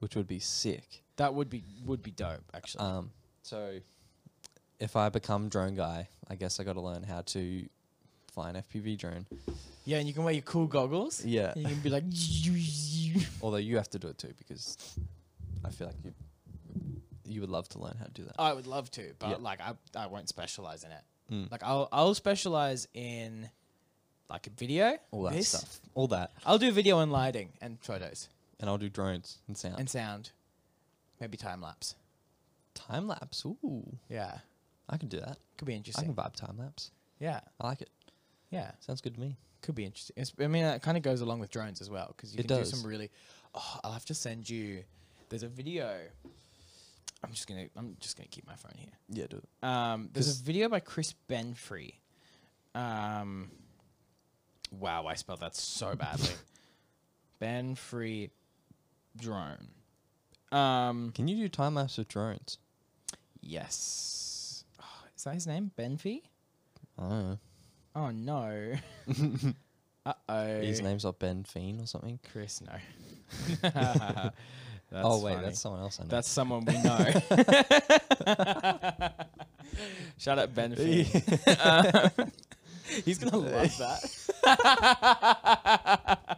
[SPEAKER 1] which would be sick.
[SPEAKER 2] that would be would be dope. Actually,
[SPEAKER 1] Um, so if I become drone guy, I guess I got to learn how to fly an FPV drone.
[SPEAKER 2] yeah, and you can wear your cool goggles.
[SPEAKER 1] Yeah,
[SPEAKER 2] And you can be like,
[SPEAKER 1] although you have to do it too because I feel like you you would love to learn how to do that.
[SPEAKER 2] I would love to, but
[SPEAKER 1] Yeah.
[SPEAKER 2] like I, I won't specialize in it.
[SPEAKER 1] Mm.
[SPEAKER 2] Like I'll I'll specialize in like a video,
[SPEAKER 1] All that
[SPEAKER 2] this.
[SPEAKER 1] stuff, all that,
[SPEAKER 2] I'll do video and lighting and photos
[SPEAKER 1] and I'll do drones and sound
[SPEAKER 2] and sound, maybe time lapse.
[SPEAKER 1] time lapse. Ooh,
[SPEAKER 2] Yeah,
[SPEAKER 1] I can do that.
[SPEAKER 2] could be
[SPEAKER 1] I
[SPEAKER 2] interesting.
[SPEAKER 1] can vibe time lapse.
[SPEAKER 2] yeah,
[SPEAKER 1] I like it.
[SPEAKER 2] yeah,
[SPEAKER 1] Sounds good to me.
[SPEAKER 2] could be interesting. It's, I mean, that kind of goes along with drones as well because you
[SPEAKER 1] It
[SPEAKER 2] can
[SPEAKER 1] does.
[SPEAKER 2] do some really. Oh, I'll have to send you. There's a video. I'm just gonna. I'm just gonna keep my phone here.
[SPEAKER 1] Yeah, do it.
[SPEAKER 2] Um, there's
[SPEAKER 1] 'Cause-
[SPEAKER 2] a video by Chris Benfrey. Um, wow, I spelled that so badly. Benfrey drone. Um,
[SPEAKER 1] Can you do time lapse with drones?
[SPEAKER 2] yes. Oh, is that his name? Benfrey?
[SPEAKER 1] I don't know.
[SPEAKER 2] Oh no. uh oh.
[SPEAKER 1] His name's not Ben Fiend or something.
[SPEAKER 2] Chris. No. that's
[SPEAKER 1] oh wait,
[SPEAKER 2] funny.
[SPEAKER 1] that's someone else. I know.
[SPEAKER 2] that's someone we know. Shout out Benfrey.
[SPEAKER 1] Oh,
[SPEAKER 2] He's gonna love that.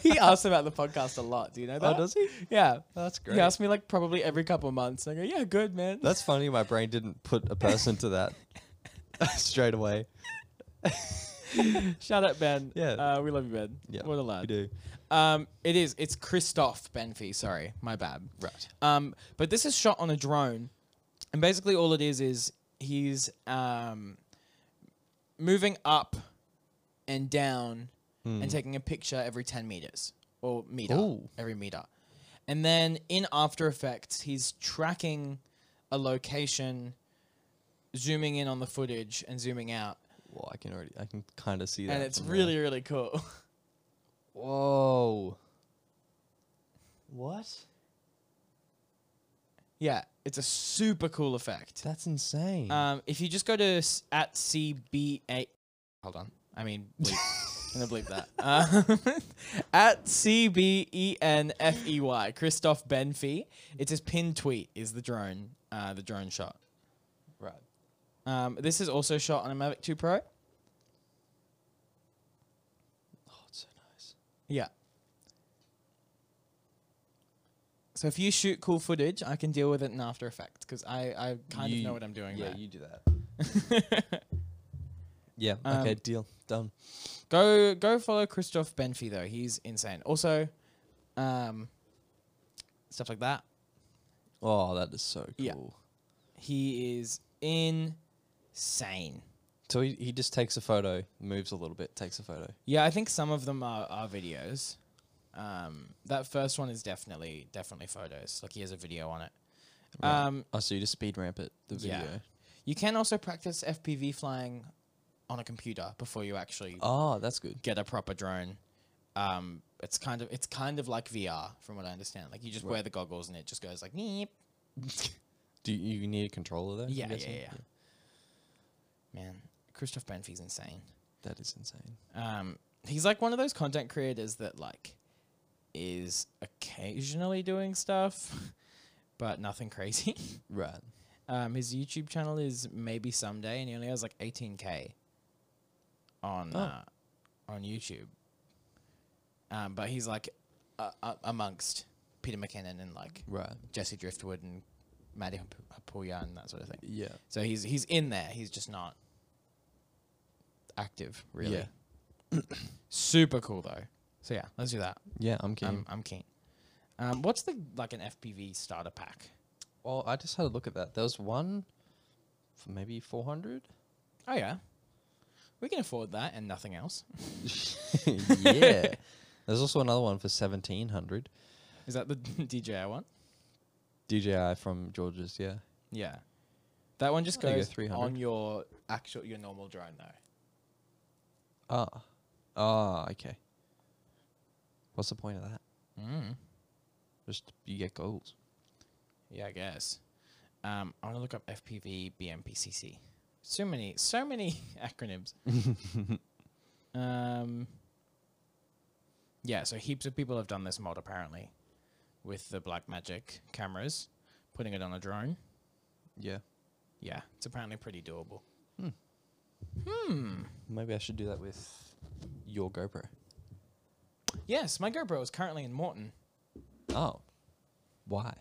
[SPEAKER 2] he asks about the podcast a lot. Do you know that?
[SPEAKER 1] oh, does he?
[SPEAKER 2] Yeah.
[SPEAKER 1] That's
[SPEAKER 2] He asks me like probably every couple of months. I go, yeah, good man.
[SPEAKER 1] That's funny. My brain didn't put a person to that straight away.
[SPEAKER 2] Shout out Ben.
[SPEAKER 1] Yeah.
[SPEAKER 2] Uh, we love you, Ben.
[SPEAKER 1] Yeah,
[SPEAKER 2] What a
[SPEAKER 1] We
[SPEAKER 2] lad.
[SPEAKER 1] do.
[SPEAKER 2] Um, it is. It's Christoph Benfi. Sorry, my bad.
[SPEAKER 1] Right.
[SPEAKER 2] Um, but this is shot on a drone, and basically all it is is he's um, moving up and down and taking a picture every ten meters or meter
[SPEAKER 1] Ooh.
[SPEAKER 2] every meter, and then in After Effects he's tracking a location, zooming in on the footage and zooming out,
[SPEAKER 1] Well, I can already, I can kind of see that.
[SPEAKER 2] and it's
[SPEAKER 1] from there.
[SPEAKER 2] really really cool.
[SPEAKER 1] Whoa. What?
[SPEAKER 2] yeah, it's a super cool effect.
[SPEAKER 1] That's insane.
[SPEAKER 2] Um, if you just go to s- at CBA, hold on, I mean, bleep. I'm gonna bleep that. Um, at E CBENFEY, Christoph Benfi. It's his pinned tweet is the drone, uh, the drone shot.
[SPEAKER 1] right.
[SPEAKER 2] Um, this is also shot on a Mavic 2 Pro.
[SPEAKER 1] Oh, it's so nice.
[SPEAKER 2] Yeah. So if you shoot cool footage, I can deal with it in After Effects because I, I kind of know what I'm doing
[SPEAKER 1] Yeah,
[SPEAKER 2] there.
[SPEAKER 1] you do that. Yeah. okay.
[SPEAKER 2] Um,
[SPEAKER 1] Deal. Done.
[SPEAKER 2] Go go follow Christoph Benfi though. He's insane. Also, um, stuff like that.
[SPEAKER 1] Oh, that is so cool.
[SPEAKER 2] Yeah. He is insane.
[SPEAKER 1] So he, he just takes a photo, moves a little bit, takes a photo.
[SPEAKER 2] Yeah, I think some of them are, are videos. Um, that first one is definitely definitely photos. Like he has a video on it.
[SPEAKER 1] Right.
[SPEAKER 2] Um,
[SPEAKER 1] Oh, so you just speed ramp it, the video.
[SPEAKER 2] Yeah. you can also practice FPV flying on a computer before you actually
[SPEAKER 1] Oh, that's good.
[SPEAKER 2] get a proper drone. Um, it's kind of it's kind of like VR from what I understand. Like you just wear the goggles and it just goes like neep.
[SPEAKER 1] Do you, you need a controller though? I'm
[SPEAKER 2] Yeah, yeah,
[SPEAKER 1] guessing?
[SPEAKER 2] yeah, Man, Christoph Benfi's insane.
[SPEAKER 1] That is insane.
[SPEAKER 2] Um, he's like one of those content creators that like is occasionally doing stuff, but nothing crazy.
[SPEAKER 1] Right.
[SPEAKER 2] Um, his YouTube channel is maybe someday, and he only has like 18k on
[SPEAKER 1] Oh.
[SPEAKER 2] uh, on YouTube. Um, but he's like uh, uh, amongst Peter McKinnon and like
[SPEAKER 1] Right.
[SPEAKER 2] Jesse Driftwood and Maddie Hap- Hapuya and that sort of thing.
[SPEAKER 1] Yeah.
[SPEAKER 2] So he's he's in there. He's just not active, really.
[SPEAKER 1] Yeah.
[SPEAKER 2] Super cool though. So yeah, let's do that.
[SPEAKER 1] Yeah, I'm keen.
[SPEAKER 2] I'm I'm keen. Um, what's the like an FPV starter pack?
[SPEAKER 1] well, I just had a look at that. There was one for maybe 400.
[SPEAKER 2] Oh yeah, we can afford that and nothing else.
[SPEAKER 1] yeah. There's also another one for 1700.
[SPEAKER 2] Is that the DJI one?
[SPEAKER 1] DJI from George's, yeah.
[SPEAKER 2] Yeah, that one just
[SPEAKER 1] I think
[SPEAKER 2] goes
[SPEAKER 1] it's 300.
[SPEAKER 2] on your actual your normal drone though.
[SPEAKER 1] Ah. Ah, okay. What's the point of that?
[SPEAKER 2] Mm.
[SPEAKER 1] Just you get goals.
[SPEAKER 2] Yeah, I guess. Um, I want to look up FPV BMPCC. So many, so many acronyms. um, yeah, so heaps of people have done this mod apparently with the Blackmagic cameras, putting it on a drone.
[SPEAKER 1] Yeah.
[SPEAKER 2] Yeah, it's apparently pretty doable.
[SPEAKER 1] Hmm.
[SPEAKER 2] Hmm.
[SPEAKER 1] Maybe I should do that with your GoPro.
[SPEAKER 2] Yes, my GoPro is currently in Morton.
[SPEAKER 1] Oh. Why?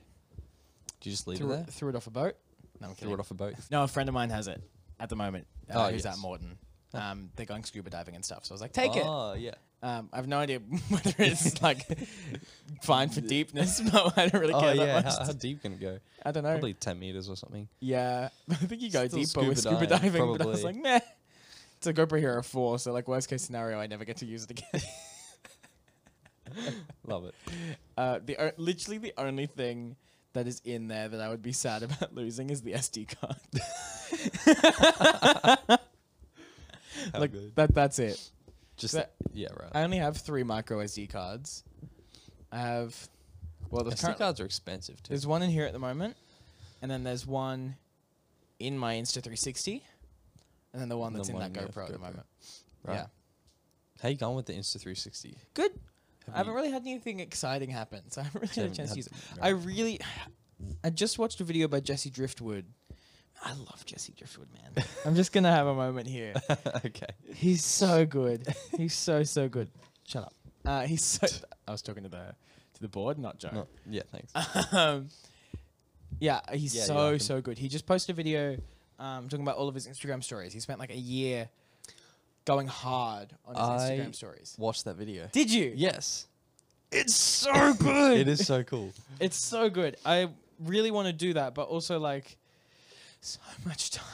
[SPEAKER 1] Did you just leave
[SPEAKER 2] Threw
[SPEAKER 1] it there?
[SPEAKER 2] it, threw it off a boat. No, I'm
[SPEAKER 1] Threw
[SPEAKER 2] kidding.
[SPEAKER 1] it off a boat.
[SPEAKER 2] No, a friend of mine has it at the moment. Uh,
[SPEAKER 1] Oh,
[SPEAKER 2] who's
[SPEAKER 1] yes.
[SPEAKER 2] at Morton? Um, they're going scuba diving and stuff. So I was like, take it.
[SPEAKER 1] Oh, yeah.
[SPEAKER 2] Um, I have no idea whether it's like fine for deepness, but I don't really care
[SPEAKER 1] Oh,
[SPEAKER 2] that
[SPEAKER 1] yeah.
[SPEAKER 2] much.
[SPEAKER 1] How, how deep can it go?
[SPEAKER 2] I don't know.
[SPEAKER 1] Probably 10 meters or something.
[SPEAKER 2] Yeah, I think you go
[SPEAKER 1] Still
[SPEAKER 2] deeper with
[SPEAKER 1] scuba
[SPEAKER 2] scuba
[SPEAKER 1] dive,
[SPEAKER 2] diving, but I was like,
[SPEAKER 1] probably.
[SPEAKER 2] meh. It's a GoPro Hero 4, so like worst case scenario, I never get to use it again.
[SPEAKER 1] Love it.
[SPEAKER 2] Uh, the o- literally the only thing that is in there that I would be sad about losing is the SD card.
[SPEAKER 1] How
[SPEAKER 2] like
[SPEAKER 1] good.
[SPEAKER 2] that. That's it.
[SPEAKER 1] Just,
[SPEAKER 2] that-
[SPEAKER 1] yeah, right.
[SPEAKER 2] I only have three micro SD cards. I have well, there's
[SPEAKER 1] SD
[SPEAKER 2] currently,
[SPEAKER 1] cards are expensive, too.
[SPEAKER 2] There's one in here at the moment, and then there's one in my Insta 360, and then the one
[SPEAKER 1] And
[SPEAKER 2] that's
[SPEAKER 1] the
[SPEAKER 2] in that
[SPEAKER 1] one
[SPEAKER 2] GoPro,
[SPEAKER 1] with
[SPEAKER 2] at the
[SPEAKER 1] GoPro.
[SPEAKER 2] moment.
[SPEAKER 1] Right.
[SPEAKER 2] Yeah,
[SPEAKER 1] How you going with the Insta360?
[SPEAKER 2] good.
[SPEAKER 1] Have
[SPEAKER 2] I haven't
[SPEAKER 1] you-
[SPEAKER 2] really had anything exciting happen, so I haven't really had a
[SPEAKER 1] Haven't
[SPEAKER 2] chance to
[SPEAKER 1] had
[SPEAKER 2] use it.
[SPEAKER 1] to-
[SPEAKER 2] I really, I just watched a video by Jesse Driftwood. I love Jesse Driftwood, man. I'm just gonna have a moment here.
[SPEAKER 1] okay.
[SPEAKER 2] He's so good. He's so so good. Shut up. Uh, he's so. I was talking to the to the board, not Joe.
[SPEAKER 1] No, yeah, thanks.
[SPEAKER 2] um, yeah, he's
[SPEAKER 1] Yeah, you
[SPEAKER 2] so
[SPEAKER 1] like him.
[SPEAKER 2] so good. He just posted a video um, talking about all of his Instagram stories. He spent like a year going hard on his
[SPEAKER 1] I-
[SPEAKER 2] Instagram stories.
[SPEAKER 1] Watch that video.
[SPEAKER 2] Did you?
[SPEAKER 1] Yes.
[SPEAKER 2] It's so good.
[SPEAKER 1] It is so cool.
[SPEAKER 2] It's so good. I really want to do that, but also like so much time.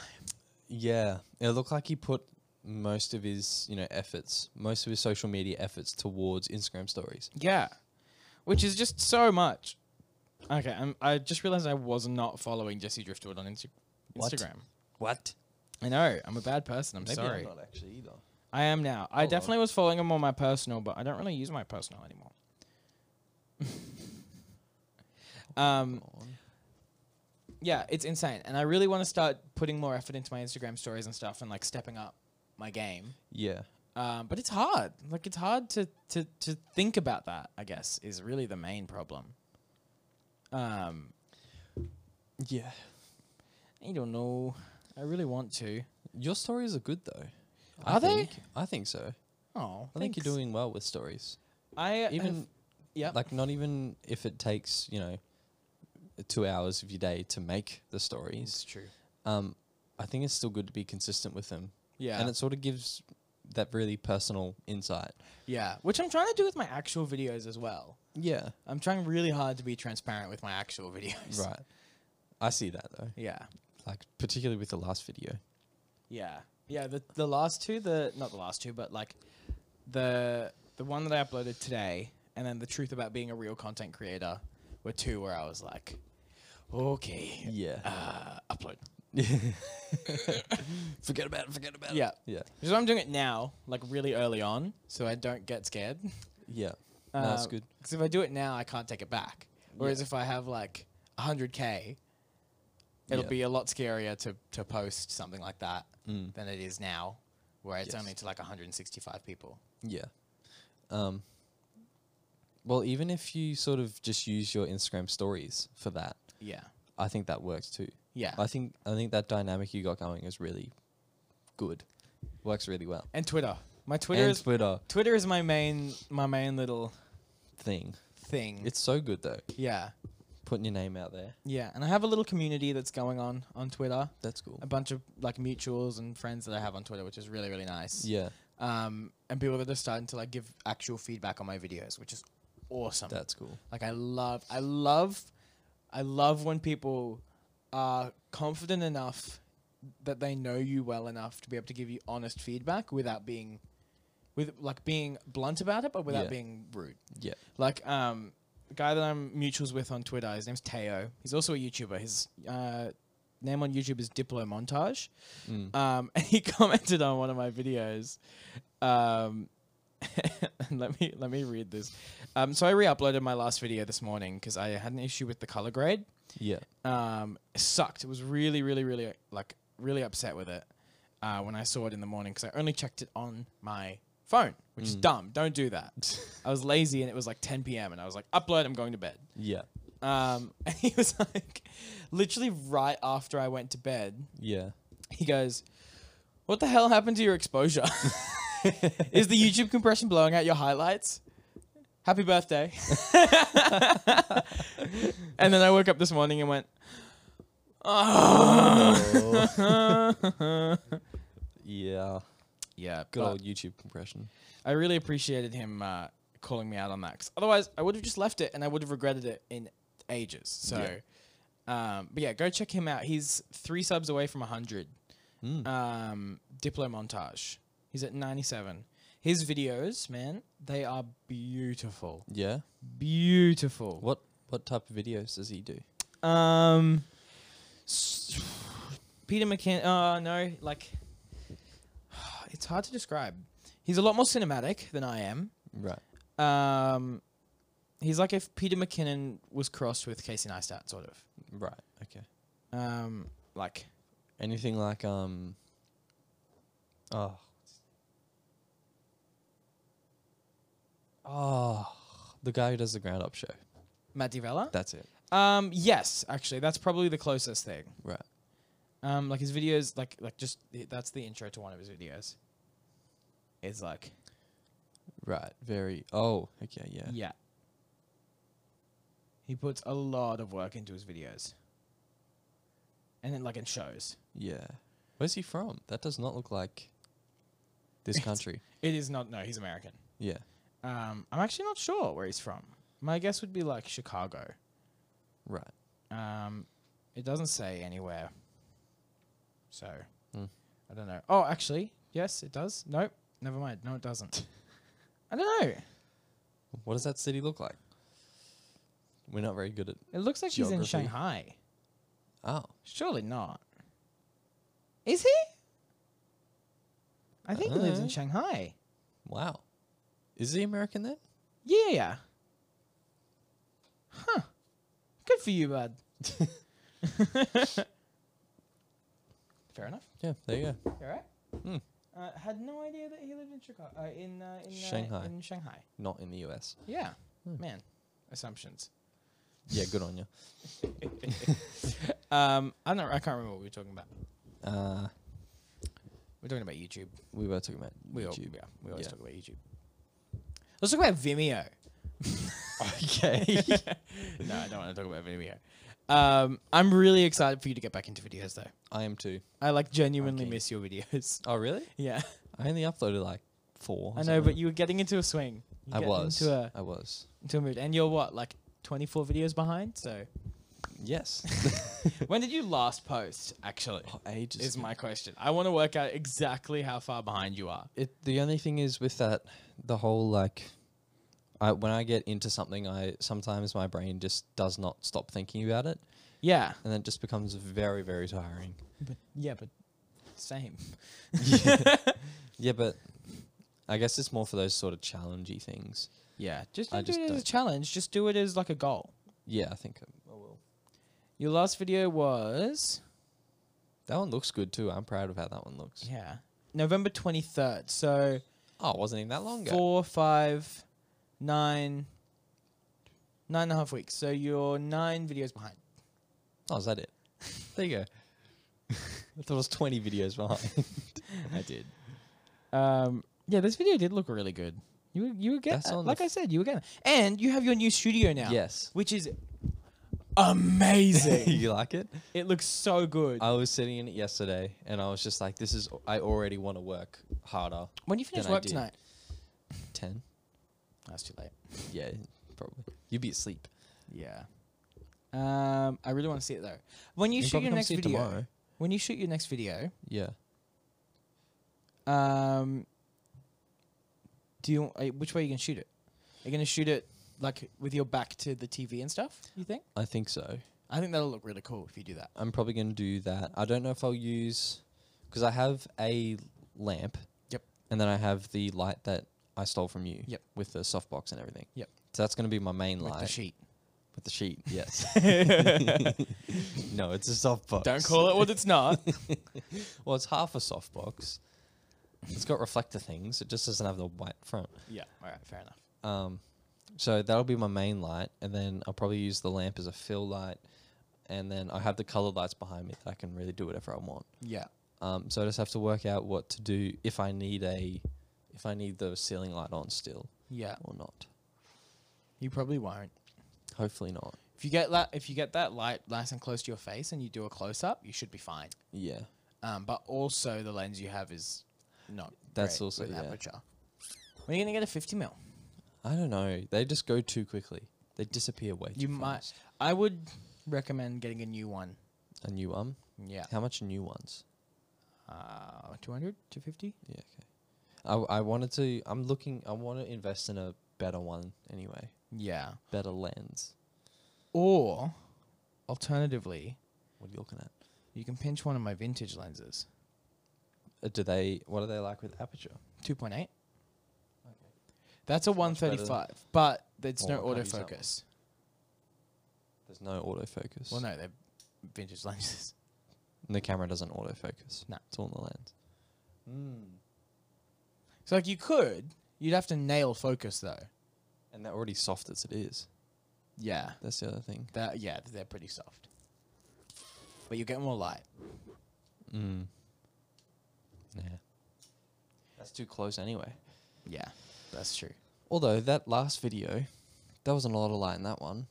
[SPEAKER 1] Yeah. It looked like he put most of his, you know, efforts, most of his social media efforts towards Instagram stories.
[SPEAKER 2] Yeah. Which is just so much. Okay, I'm, I just realized I was not following Jesse Driftwood on Insta-
[SPEAKER 1] What?
[SPEAKER 2] Instagram.
[SPEAKER 1] What?
[SPEAKER 2] I know, I'm a bad person. I'm sorry.
[SPEAKER 1] not actually either.
[SPEAKER 2] I am now. I
[SPEAKER 1] Hold on.
[SPEAKER 2] definitely was following him on my personal, but I don't really use my personal anymore. um, yeah, it's insane, and I really want to start putting more effort into my Instagram stories and stuff, and like stepping up my game.
[SPEAKER 1] Yeah.
[SPEAKER 2] Um, but it's hard. Like it's hard to to to think about that. I guess is really the main problem. Um,
[SPEAKER 1] Yeah.
[SPEAKER 2] I don't know. I really want to.
[SPEAKER 1] Your stories are good though.
[SPEAKER 2] Are they?
[SPEAKER 1] Think. I think so.
[SPEAKER 2] Oh,
[SPEAKER 1] I think you're doing well with stories.
[SPEAKER 2] I
[SPEAKER 1] Even
[SPEAKER 2] even yeah.
[SPEAKER 1] like not even if it takes, you know, 2 hours of your day to make the stories.
[SPEAKER 2] true.
[SPEAKER 1] Um I think it's still good to be consistent with them.
[SPEAKER 2] Yeah,
[SPEAKER 1] And it sort of gives that really personal insight.
[SPEAKER 2] Yeah, which I'm trying to do with my actual videos as well.
[SPEAKER 1] Yeah.
[SPEAKER 2] I'm trying really hard to be transparent with my actual videos.
[SPEAKER 1] Right. I see that though.
[SPEAKER 2] Yeah.
[SPEAKER 1] Like particularly with the last video.
[SPEAKER 2] Yeah. Yeah. The the last two, the not the last two, but like the the one that I uploaded today, and then the truth about being a real content creator were two where I was like, okay,
[SPEAKER 1] Yeah. Ah.
[SPEAKER 2] uh, upload.
[SPEAKER 1] forget about it, forget about
[SPEAKER 2] Yeah.
[SPEAKER 1] Yeah.
[SPEAKER 2] Because I'm doing it now, like really early on, so I don't get scared.
[SPEAKER 1] Yeah. No, that's
[SPEAKER 2] Um,
[SPEAKER 1] good.
[SPEAKER 2] Because if I do it now, I can't take it back. Whereas if I have like 100k, it'll
[SPEAKER 1] Yeah.
[SPEAKER 2] be a lot scarier to to post something like that
[SPEAKER 1] Mm.
[SPEAKER 2] than it is now, where it's
[SPEAKER 1] Yes.
[SPEAKER 2] only to like 165 people.
[SPEAKER 1] Yeah. Um well, even if you sort of just use your Instagram stories for that,
[SPEAKER 2] Yeah,
[SPEAKER 1] I think that works too.
[SPEAKER 2] yeah.
[SPEAKER 1] I think I think that dynamic you got going is really good. Works really well.
[SPEAKER 2] and Twitter. My Twitter
[SPEAKER 1] and
[SPEAKER 2] is
[SPEAKER 1] Twitter
[SPEAKER 2] Twitter is my main my main little
[SPEAKER 1] thing.
[SPEAKER 2] thing.
[SPEAKER 1] It's so good though.
[SPEAKER 2] yeah,
[SPEAKER 1] Putting your name out there.
[SPEAKER 2] yeah. And I have a little community that's going on on Twitter.
[SPEAKER 1] That's cool.
[SPEAKER 2] A bunch of like mutuals and friends that I have on Twitter, which is really really nice.
[SPEAKER 1] Yeah,
[SPEAKER 2] Um, and people that are starting to like give actual feedback on my videos, which is awesome.
[SPEAKER 1] that's cool.
[SPEAKER 2] Like I love, I love, I love when people are confident enough that they know you well enough to be able to give you honest feedback without being, with like being blunt about it, but without
[SPEAKER 1] Yeah.
[SPEAKER 2] being rude.
[SPEAKER 1] Yeah.
[SPEAKER 2] Like um, the guy that I'm mutuals with on Twitter, his name's Teo. He's also a YouTuber. His uh, name on YouTube is Diplo Montage.
[SPEAKER 1] Mm.
[SPEAKER 2] Um, and he commented on one of my videos. Um, and let me let me read this. Um, so I re-uploaded my last video this morning because I had an issue with the color grade.
[SPEAKER 1] Yeah.
[SPEAKER 2] Um, it sucked. It was really, really, really like really upset with it uh, when I saw it in the morning because I only checked it on my phone, which is dumb. Don't do that. I was lazy and it was like 10 p.m. and I was like, upload. I'm going to bed.
[SPEAKER 1] Yeah.
[SPEAKER 2] Um, and he was like, literally right after I went to bed,
[SPEAKER 1] Yeah.
[SPEAKER 2] he goes, "What the hell happened to your exposure? Is the YouTube compression blowing out your highlights?" Happy birthday. and then I woke up this morning and went, "Oh."
[SPEAKER 1] Yeah.
[SPEAKER 2] yeah,
[SPEAKER 1] Good
[SPEAKER 2] but
[SPEAKER 1] old YouTube compression.
[SPEAKER 2] I really appreciated him uh, calling me out on that. 'cause otherwise, I would have just left it and I would have regretted it in ages. So, um, but yeah, go check him out. He's three subs away from 100.
[SPEAKER 1] Mm.
[SPEAKER 2] Um, Diplo Montage. He's at 97. His videos, man, they are beautiful.
[SPEAKER 1] Yeah.
[SPEAKER 2] Beautiful.
[SPEAKER 1] What what type of videos does he do?
[SPEAKER 2] Um, s- Peter McKinnon. Oh, no. Like, it's hard to describe. He's a lot more cinematic than I am.
[SPEAKER 1] Right.
[SPEAKER 2] Um, he's like if Peter McKinnon was crossed with Casey Neistat, sort of.
[SPEAKER 1] Right. Okay.
[SPEAKER 2] Um, like
[SPEAKER 1] Anything like um. Oh. Oh, the guy who does the ground up show.
[SPEAKER 2] Matt DiVella.
[SPEAKER 1] That's it.
[SPEAKER 2] Um, yes, actually, that's probably the closest thing.
[SPEAKER 1] Right.
[SPEAKER 2] Um, like his videos, like like just that's the intro to one of his videos. It's like
[SPEAKER 1] Right. Very. Oh. Okay. Yeah.
[SPEAKER 2] yeah. He puts a lot of work into his videos. And then like it shows.
[SPEAKER 1] Yeah. Where's he from? That does not look like. this country.
[SPEAKER 2] It is not. No, he's American.
[SPEAKER 1] Yeah.
[SPEAKER 2] Um, I'm actually not sure where he's from. My guess would be like Chicago.
[SPEAKER 1] Right.
[SPEAKER 2] Um, it doesn't say anywhere. So,
[SPEAKER 1] Hmm.
[SPEAKER 2] I don't know. Oh, actually, yes, it does. Nope. Never mind. No, it doesn't. I don't know.
[SPEAKER 1] What does that city look like? We're not very good at.
[SPEAKER 2] It looks like he's in
[SPEAKER 1] Geography.
[SPEAKER 2] Shanghai.
[SPEAKER 1] Oh,
[SPEAKER 2] Surely not. Is he? I think he lives in
[SPEAKER 1] Uh-huh.
[SPEAKER 2] Shanghai.
[SPEAKER 1] wow. Is he American then?
[SPEAKER 2] Yeah. Huh. Good for you, bud. Fair enough.
[SPEAKER 1] Yeah, there you go.
[SPEAKER 2] You all right?
[SPEAKER 1] Hmm.
[SPEAKER 2] Uh, had no idea that he lived in Chicago. Uh, in uh, in uh,
[SPEAKER 1] Shanghai. Hmm.
[SPEAKER 2] In Shanghai.
[SPEAKER 1] Not in the US.
[SPEAKER 2] Yeah. Man, assumptions.
[SPEAKER 1] Yeah, good on you.
[SPEAKER 2] Um, I don't. I can't remember what we were talking about.
[SPEAKER 1] Uh,
[SPEAKER 2] We're talking about YouTube.
[SPEAKER 1] we were talking about
[SPEAKER 2] We all,
[SPEAKER 1] YouTube.
[SPEAKER 2] yeah, we always
[SPEAKER 1] Yeah.
[SPEAKER 2] talk about YouTube. Let's talk about Vimeo.
[SPEAKER 1] okay.
[SPEAKER 2] no, I don't want to talk about Vimeo. Um, I'm really excited for you to get back into videos, though.
[SPEAKER 1] I am too.
[SPEAKER 2] I like genuinely
[SPEAKER 1] Okay.
[SPEAKER 2] miss your videos.
[SPEAKER 1] Oh, really?
[SPEAKER 2] yeah,
[SPEAKER 1] I only uploaded like four. or
[SPEAKER 2] I know, but
[SPEAKER 1] something.
[SPEAKER 2] you were getting into a swing. You
[SPEAKER 1] I
[SPEAKER 2] get
[SPEAKER 1] was.
[SPEAKER 2] into a
[SPEAKER 1] I was.
[SPEAKER 2] into a mood, and you're what like 24 videos behind. So
[SPEAKER 1] Yes.
[SPEAKER 2] when did you last post? Actually,
[SPEAKER 1] Oh, ages.
[SPEAKER 2] is
[SPEAKER 1] ago.
[SPEAKER 2] my question. I want to work out exactly how far behind you are.
[SPEAKER 1] It, the only thing is with that, the whole like, I, when I get into something, I sometimes my brain just does not stop thinking about it,
[SPEAKER 2] Yeah,
[SPEAKER 1] and then it just becomes very, very tiring.
[SPEAKER 2] but yeah, but same.
[SPEAKER 1] Yeah, but I guess it's more for those sort of challengey things.
[SPEAKER 2] Yeah, just
[SPEAKER 1] I
[SPEAKER 2] don't
[SPEAKER 1] just
[SPEAKER 2] do it as a
[SPEAKER 1] don't.
[SPEAKER 2] challenge. Just do it as like a goal.
[SPEAKER 1] Yeah, I think I will.
[SPEAKER 2] Your last video was
[SPEAKER 1] That one looks good too. I'm proud of how that one looks.
[SPEAKER 2] yeah November 23rd. So
[SPEAKER 1] Oh, it wasn't even that long ago.
[SPEAKER 2] four, five, nine, nine and a half weeks. So you're nine videos behind.
[SPEAKER 1] Oh, is that it? There you go. I thought it was 20 videos behind.
[SPEAKER 2] I did. Um, yeah, this video did look really good. You were- you were
[SPEAKER 1] That's
[SPEAKER 2] getting
[SPEAKER 1] on the
[SPEAKER 2] like I
[SPEAKER 1] f-
[SPEAKER 2] said, you were getting, and you have your new studio now.
[SPEAKER 1] Yes.
[SPEAKER 2] which is amazing.
[SPEAKER 1] you like it?
[SPEAKER 2] it looks so good.
[SPEAKER 1] I was sitting in it yesterday and I was just like, this is, I already want to work harder.
[SPEAKER 2] when do you finish
[SPEAKER 1] than I
[SPEAKER 2] work
[SPEAKER 1] did.
[SPEAKER 2] tonight?
[SPEAKER 1] 10?
[SPEAKER 2] That's too late.
[SPEAKER 1] Yeah, probably. You'd be asleep.
[SPEAKER 2] Yeah. Um, I really want to see it though. When you, shoot
[SPEAKER 1] probably
[SPEAKER 2] your
[SPEAKER 1] come
[SPEAKER 2] next
[SPEAKER 1] see it
[SPEAKER 2] video, when you shoot your next video,
[SPEAKER 1] Yeah.
[SPEAKER 2] um, do you uh, which way are you gonna shoot it? Are you gonna shoot it like with your back to the TV and stuff? You think?
[SPEAKER 1] I think so.
[SPEAKER 2] I think that'll look really cool if you do that.
[SPEAKER 1] I'm probably going to do that. I don't know if I'll use because I have a lamp.
[SPEAKER 2] Yep.
[SPEAKER 1] And then I have the light that I stole from you.
[SPEAKER 2] Yep.
[SPEAKER 1] With the softbox and everything.
[SPEAKER 2] Yep.
[SPEAKER 1] So that's going to be my main
[SPEAKER 2] With
[SPEAKER 1] light
[SPEAKER 2] the sheet.
[SPEAKER 1] with the sheet. Yes. no, it's a softbox.
[SPEAKER 2] Don't call it what it's not.
[SPEAKER 1] Well, it's half a softbox. It's got reflector things. It just doesn't have the white front.
[SPEAKER 2] yeah. All right. Fair enough.
[SPEAKER 1] Um, so that'll be my main light, and then I'll probably use the lamp as a fill light, and then I have the colored lights behind me that I can really do whatever I want.
[SPEAKER 2] Yeah.
[SPEAKER 1] Um, so I just have to work out what to do if I need a, if I need the ceiling light on still
[SPEAKER 2] Yeah.
[SPEAKER 1] or not.
[SPEAKER 2] You probably won't.
[SPEAKER 1] Hopefully not.
[SPEAKER 2] If you get that, if you get that light nice and close to your face, and you do a close up, you should be fine.
[SPEAKER 1] Yeah.
[SPEAKER 2] Um, but also the lens you have is not.
[SPEAKER 1] That's
[SPEAKER 2] great
[SPEAKER 1] also-
[SPEAKER 2] with
[SPEAKER 1] yeah.
[SPEAKER 2] aperture. When are you gonna get a fifty mil?
[SPEAKER 1] I don't know. They just go too quickly. They disappear way too
[SPEAKER 2] You might.
[SPEAKER 1] fast.
[SPEAKER 2] I would recommend getting a new one.
[SPEAKER 1] A new one.
[SPEAKER 2] Yeah.
[SPEAKER 1] How much are new ones?
[SPEAKER 2] Uh, 200, 250?
[SPEAKER 1] Yeah. Okay. I I wanted to. I'm looking. I want to invest in a better one anyway.
[SPEAKER 2] Yeah.
[SPEAKER 1] Better lens.
[SPEAKER 2] Or alternatively,
[SPEAKER 1] What are you looking at?
[SPEAKER 2] you can pinch one of my vintage lenses.
[SPEAKER 1] Uh, do they? What are they like with aperture?
[SPEAKER 2] 2.8. Okay. That's a
[SPEAKER 1] much better than-
[SPEAKER 2] 135, but it's
[SPEAKER 1] Well,
[SPEAKER 2] no
[SPEAKER 1] I can't use that
[SPEAKER 2] autofocus.
[SPEAKER 1] There's no autofocus.
[SPEAKER 2] Well, no, they're vintage lenses.
[SPEAKER 1] And the camera doesn't autofocus.
[SPEAKER 2] No.
[SPEAKER 1] It's all in the lens. Hmm.
[SPEAKER 2] So, like, you could, you'd have to nail focus, though.
[SPEAKER 1] And they're already soft as it is.
[SPEAKER 2] Yeah.
[SPEAKER 1] That's the other thing.
[SPEAKER 2] That, yeah, they're pretty soft. But you get more light.
[SPEAKER 1] Mm. Yeah. That's too close anyway.
[SPEAKER 2] Yeah, that's true.
[SPEAKER 1] Although that last video, there wasn't a lot of light in that one.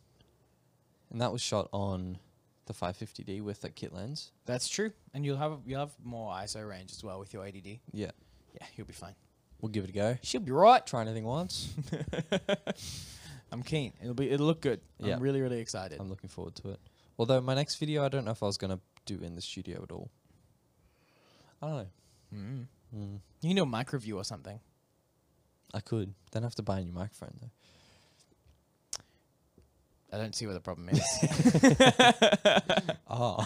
[SPEAKER 1] And that was shot on the 550D with the kit lens.
[SPEAKER 2] That's true. And you'll have you'll have more ISO range as well with your ADD.
[SPEAKER 1] Yeah.
[SPEAKER 2] Yeah, you'll be fine.
[SPEAKER 1] We'll give it a go.
[SPEAKER 2] She'll be right.
[SPEAKER 1] Try anything once.
[SPEAKER 2] I'm keen. It'll be. It'll look good.
[SPEAKER 1] Yeah.
[SPEAKER 2] I'm really, really excited.
[SPEAKER 1] I'm looking forward to it. Although my next video, I don't know if I was gonna do in the studio at all. I don't know.
[SPEAKER 2] Mm.
[SPEAKER 1] Mm,
[SPEAKER 2] You can do a mic review or something.
[SPEAKER 1] I could. Then I have to buy a new microphone though.
[SPEAKER 2] I don't see what the problem is.
[SPEAKER 1] Ah.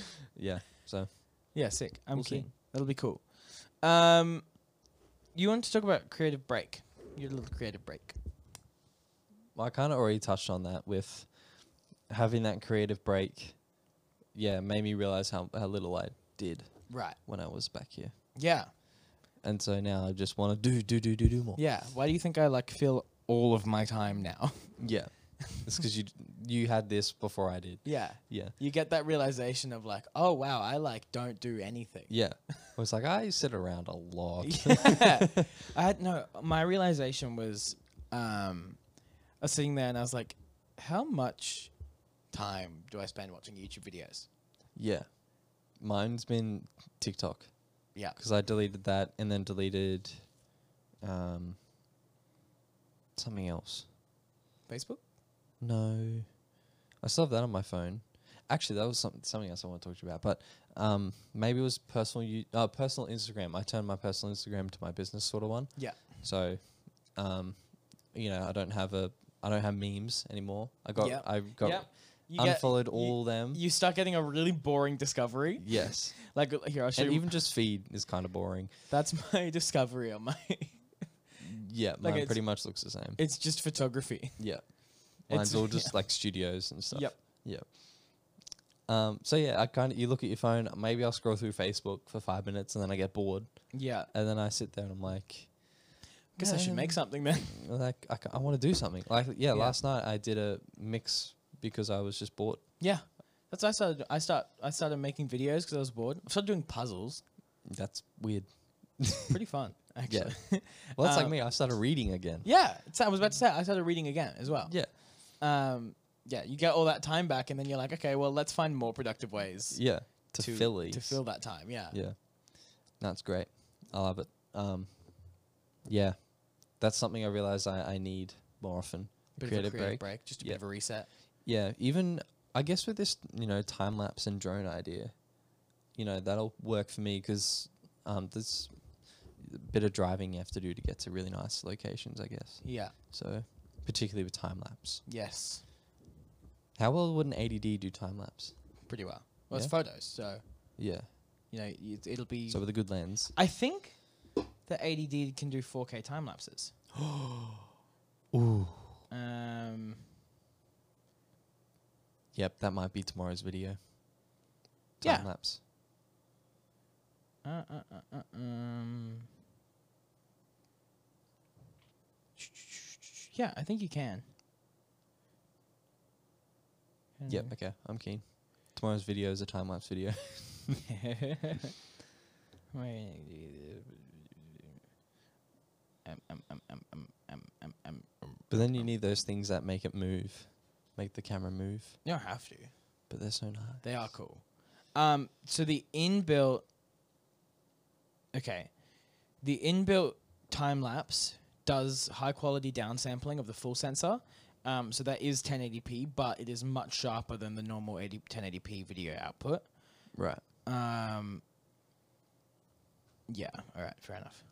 [SPEAKER 1] yeah. So
[SPEAKER 2] yeah, sick. I'm
[SPEAKER 1] We'll see.
[SPEAKER 2] keen. That'll be cool. Um, you want to talk about creative break? Your little creative break.
[SPEAKER 1] I kind of already touched on that with having that creative break. Yeah, made me realize how how little I did
[SPEAKER 2] Right.
[SPEAKER 1] when I was back here,
[SPEAKER 2] Yeah.
[SPEAKER 1] and so now I just want to do do do do do more.
[SPEAKER 2] Yeah. Why do you think I like fill all of my time now?
[SPEAKER 1] Yeah. it's because you d- you had this before I did.
[SPEAKER 2] yeah.
[SPEAKER 1] Yeah.
[SPEAKER 2] You get that realization of like, oh wow, I like don't do anything.
[SPEAKER 1] Yeah. I was like, I sit around a lot.
[SPEAKER 2] yeah. I had no. My realization was, um, I was sitting there and I was like, how much time do I spend watching YouTube videos?
[SPEAKER 1] yeah. Mine's been TikTok
[SPEAKER 2] Yeah.
[SPEAKER 1] because I deleted that and then deleted um, something else.
[SPEAKER 2] Facebook.
[SPEAKER 1] No. I still have that on my phone. Actually, that was something something else I want to talk to you about, but um, maybe it was personal u- uh, personal Instagram. I turned my personal Instagram to my business sort of one.
[SPEAKER 2] Yeah.
[SPEAKER 1] So, um, you know, I don't have a I don't have memes anymore. I got
[SPEAKER 2] Yep.
[SPEAKER 1] I got
[SPEAKER 2] Yep. You get-
[SPEAKER 1] unfollowed
[SPEAKER 2] you-
[SPEAKER 1] all them.
[SPEAKER 2] You start getting a really boring discovery.
[SPEAKER 1] yes,
[SPEAKER 2] Like here, I'll show
[SPEAKER 1] and
[SPEAKER 2] you.
[SPEAKER 1] even just feed is kind of boring.
[SPEAKER 2] That's my discovery on my.
[SPEAKER 1] Yeah,
[SPEAKER 2] Like,
[SPEAKER 1] mine
[SPEAKER 2] it's-
[SPEAKER 1] pretty much looks the same.
[SPEAKER 2] it's just photography.
[SPEAKER 1] Yeah.
[SPEAKER 2] It's-
[SPEAKER 1] Mine's all just like studios and stuff.
[SPEAKER 2] Yep.
[SPEAKER 1] Yep. Um, so yeah, I kind of you look at your phone. Maybe I'll scroll through Facebook for five minutes, and then I get bored,
[SPEAKER 2] Yeah.
[SPEAKER 1] and then I sit there and I'm like,
[SPEAKER 2] Guess I should make
[SPEAKER 1] "Man,
[SPEAKER 2] something then.
[SPEAKER 1] Like I, want to do something. Like yeah,
[SPEAKER 2] Yeah.
[SPEAKER 1] last night I did a mix because I was just bored.
[SPEAKER 2] Yeah. That's what I started. I start. I started making videos because I was bored. I started doing puzzles.
[SPEAKER 1] That's weird.
[SPEAKER 2] Pretty fun, actually.
[SPEAKER 1] Well, that's like
[SPEAKER 2] Um,
[SPEAKER 1] me. I started reading again.
[SPEAKER 2] Yeah, it's, I was about to say I started reading again as well.
[SPEAKER 1] Yeah.
[SPEAKER 2] Um, yeah, you get all that time back, and then you're like, okay, well, let's find more productive ways
[SPEAKER 1] Yeah. To, fill
[SPEAKER 2] to
[SPEAKER 1] these.
[SPEAKER 2] fill that time. Yeah,
[SPEAKER 1] Yeah. That's great. I love it. Um, yeah. That's something I realize I, I need more often.
[SPEAKER 2] bit
[SPEAKER 1] creative
[SPEAKER 2] of a creative
[SPEAKER 1] break.
[SPEAKER 2] break, just a
[SPEAKER 1] Yeah.
[SPEAKER 2] bit of a reset.
[SPEAKER 1] Yeah. Even, I guess, with this, you know, time lapse and drone idea, you know, that'll work for me because um, there's a bit of driving you have to do to get to really nice locations, I guess.
[SPEAKER 2] Yeah.
[SPEAKER 1] So, particularly with time lapse.
[SPEAKER 2] Yes.
[SPEAKER 1] How well would an ADD do time lapse?
[SPEAKER 2] Pretty well. Well,
[SPEAKER 1] Yeah.
[SPEAKER 2] it's photos, so
[SPEAKER 1] Yeah.
[SPEAKER 2] you know it, it'll be.
[SPEAKER 1] So, with a good lens.
[SPEAKER 2] I think the ADD can do 4K time lapses.
[SPEAKER 1] Ooh.
[SPEAKER 2] Um,
[SPEAKER 1] Yep. That might be tomorrow's video. Time
[SPEAKER 2] Yeah.
[SPEAKER 1] lapse.
[SPEAKER 2] uh, uh, uh, uh, um. Yeah, I think you can.
[SPEAKER 1] Yep.
[SPEAKER 2] Mm-hmm.
[SPEAKER 1] Okay. I'm keen. Tomorrow's video is a time lapse video.
[SPEAKER 2] Um, um, um, um, um, um, um, um.
[SPEAKER 1] But then you need those things that make it move, make the camera move.
[SPEAKER 2] You don't have to.
[SPEAKER 1] But they're so nice.
[SPEAKER 2] They are cool. Um, so the inbuilt. Okay, the inbuilt time lapse does high quality downsampling of the full sensor. Um, so that is 1080p, but it is much sharper than the normal 80, 1080p video output.
[SPEAKER 1] Right.
[SPEAKER 2] Um, yeah. All right. Fair enough.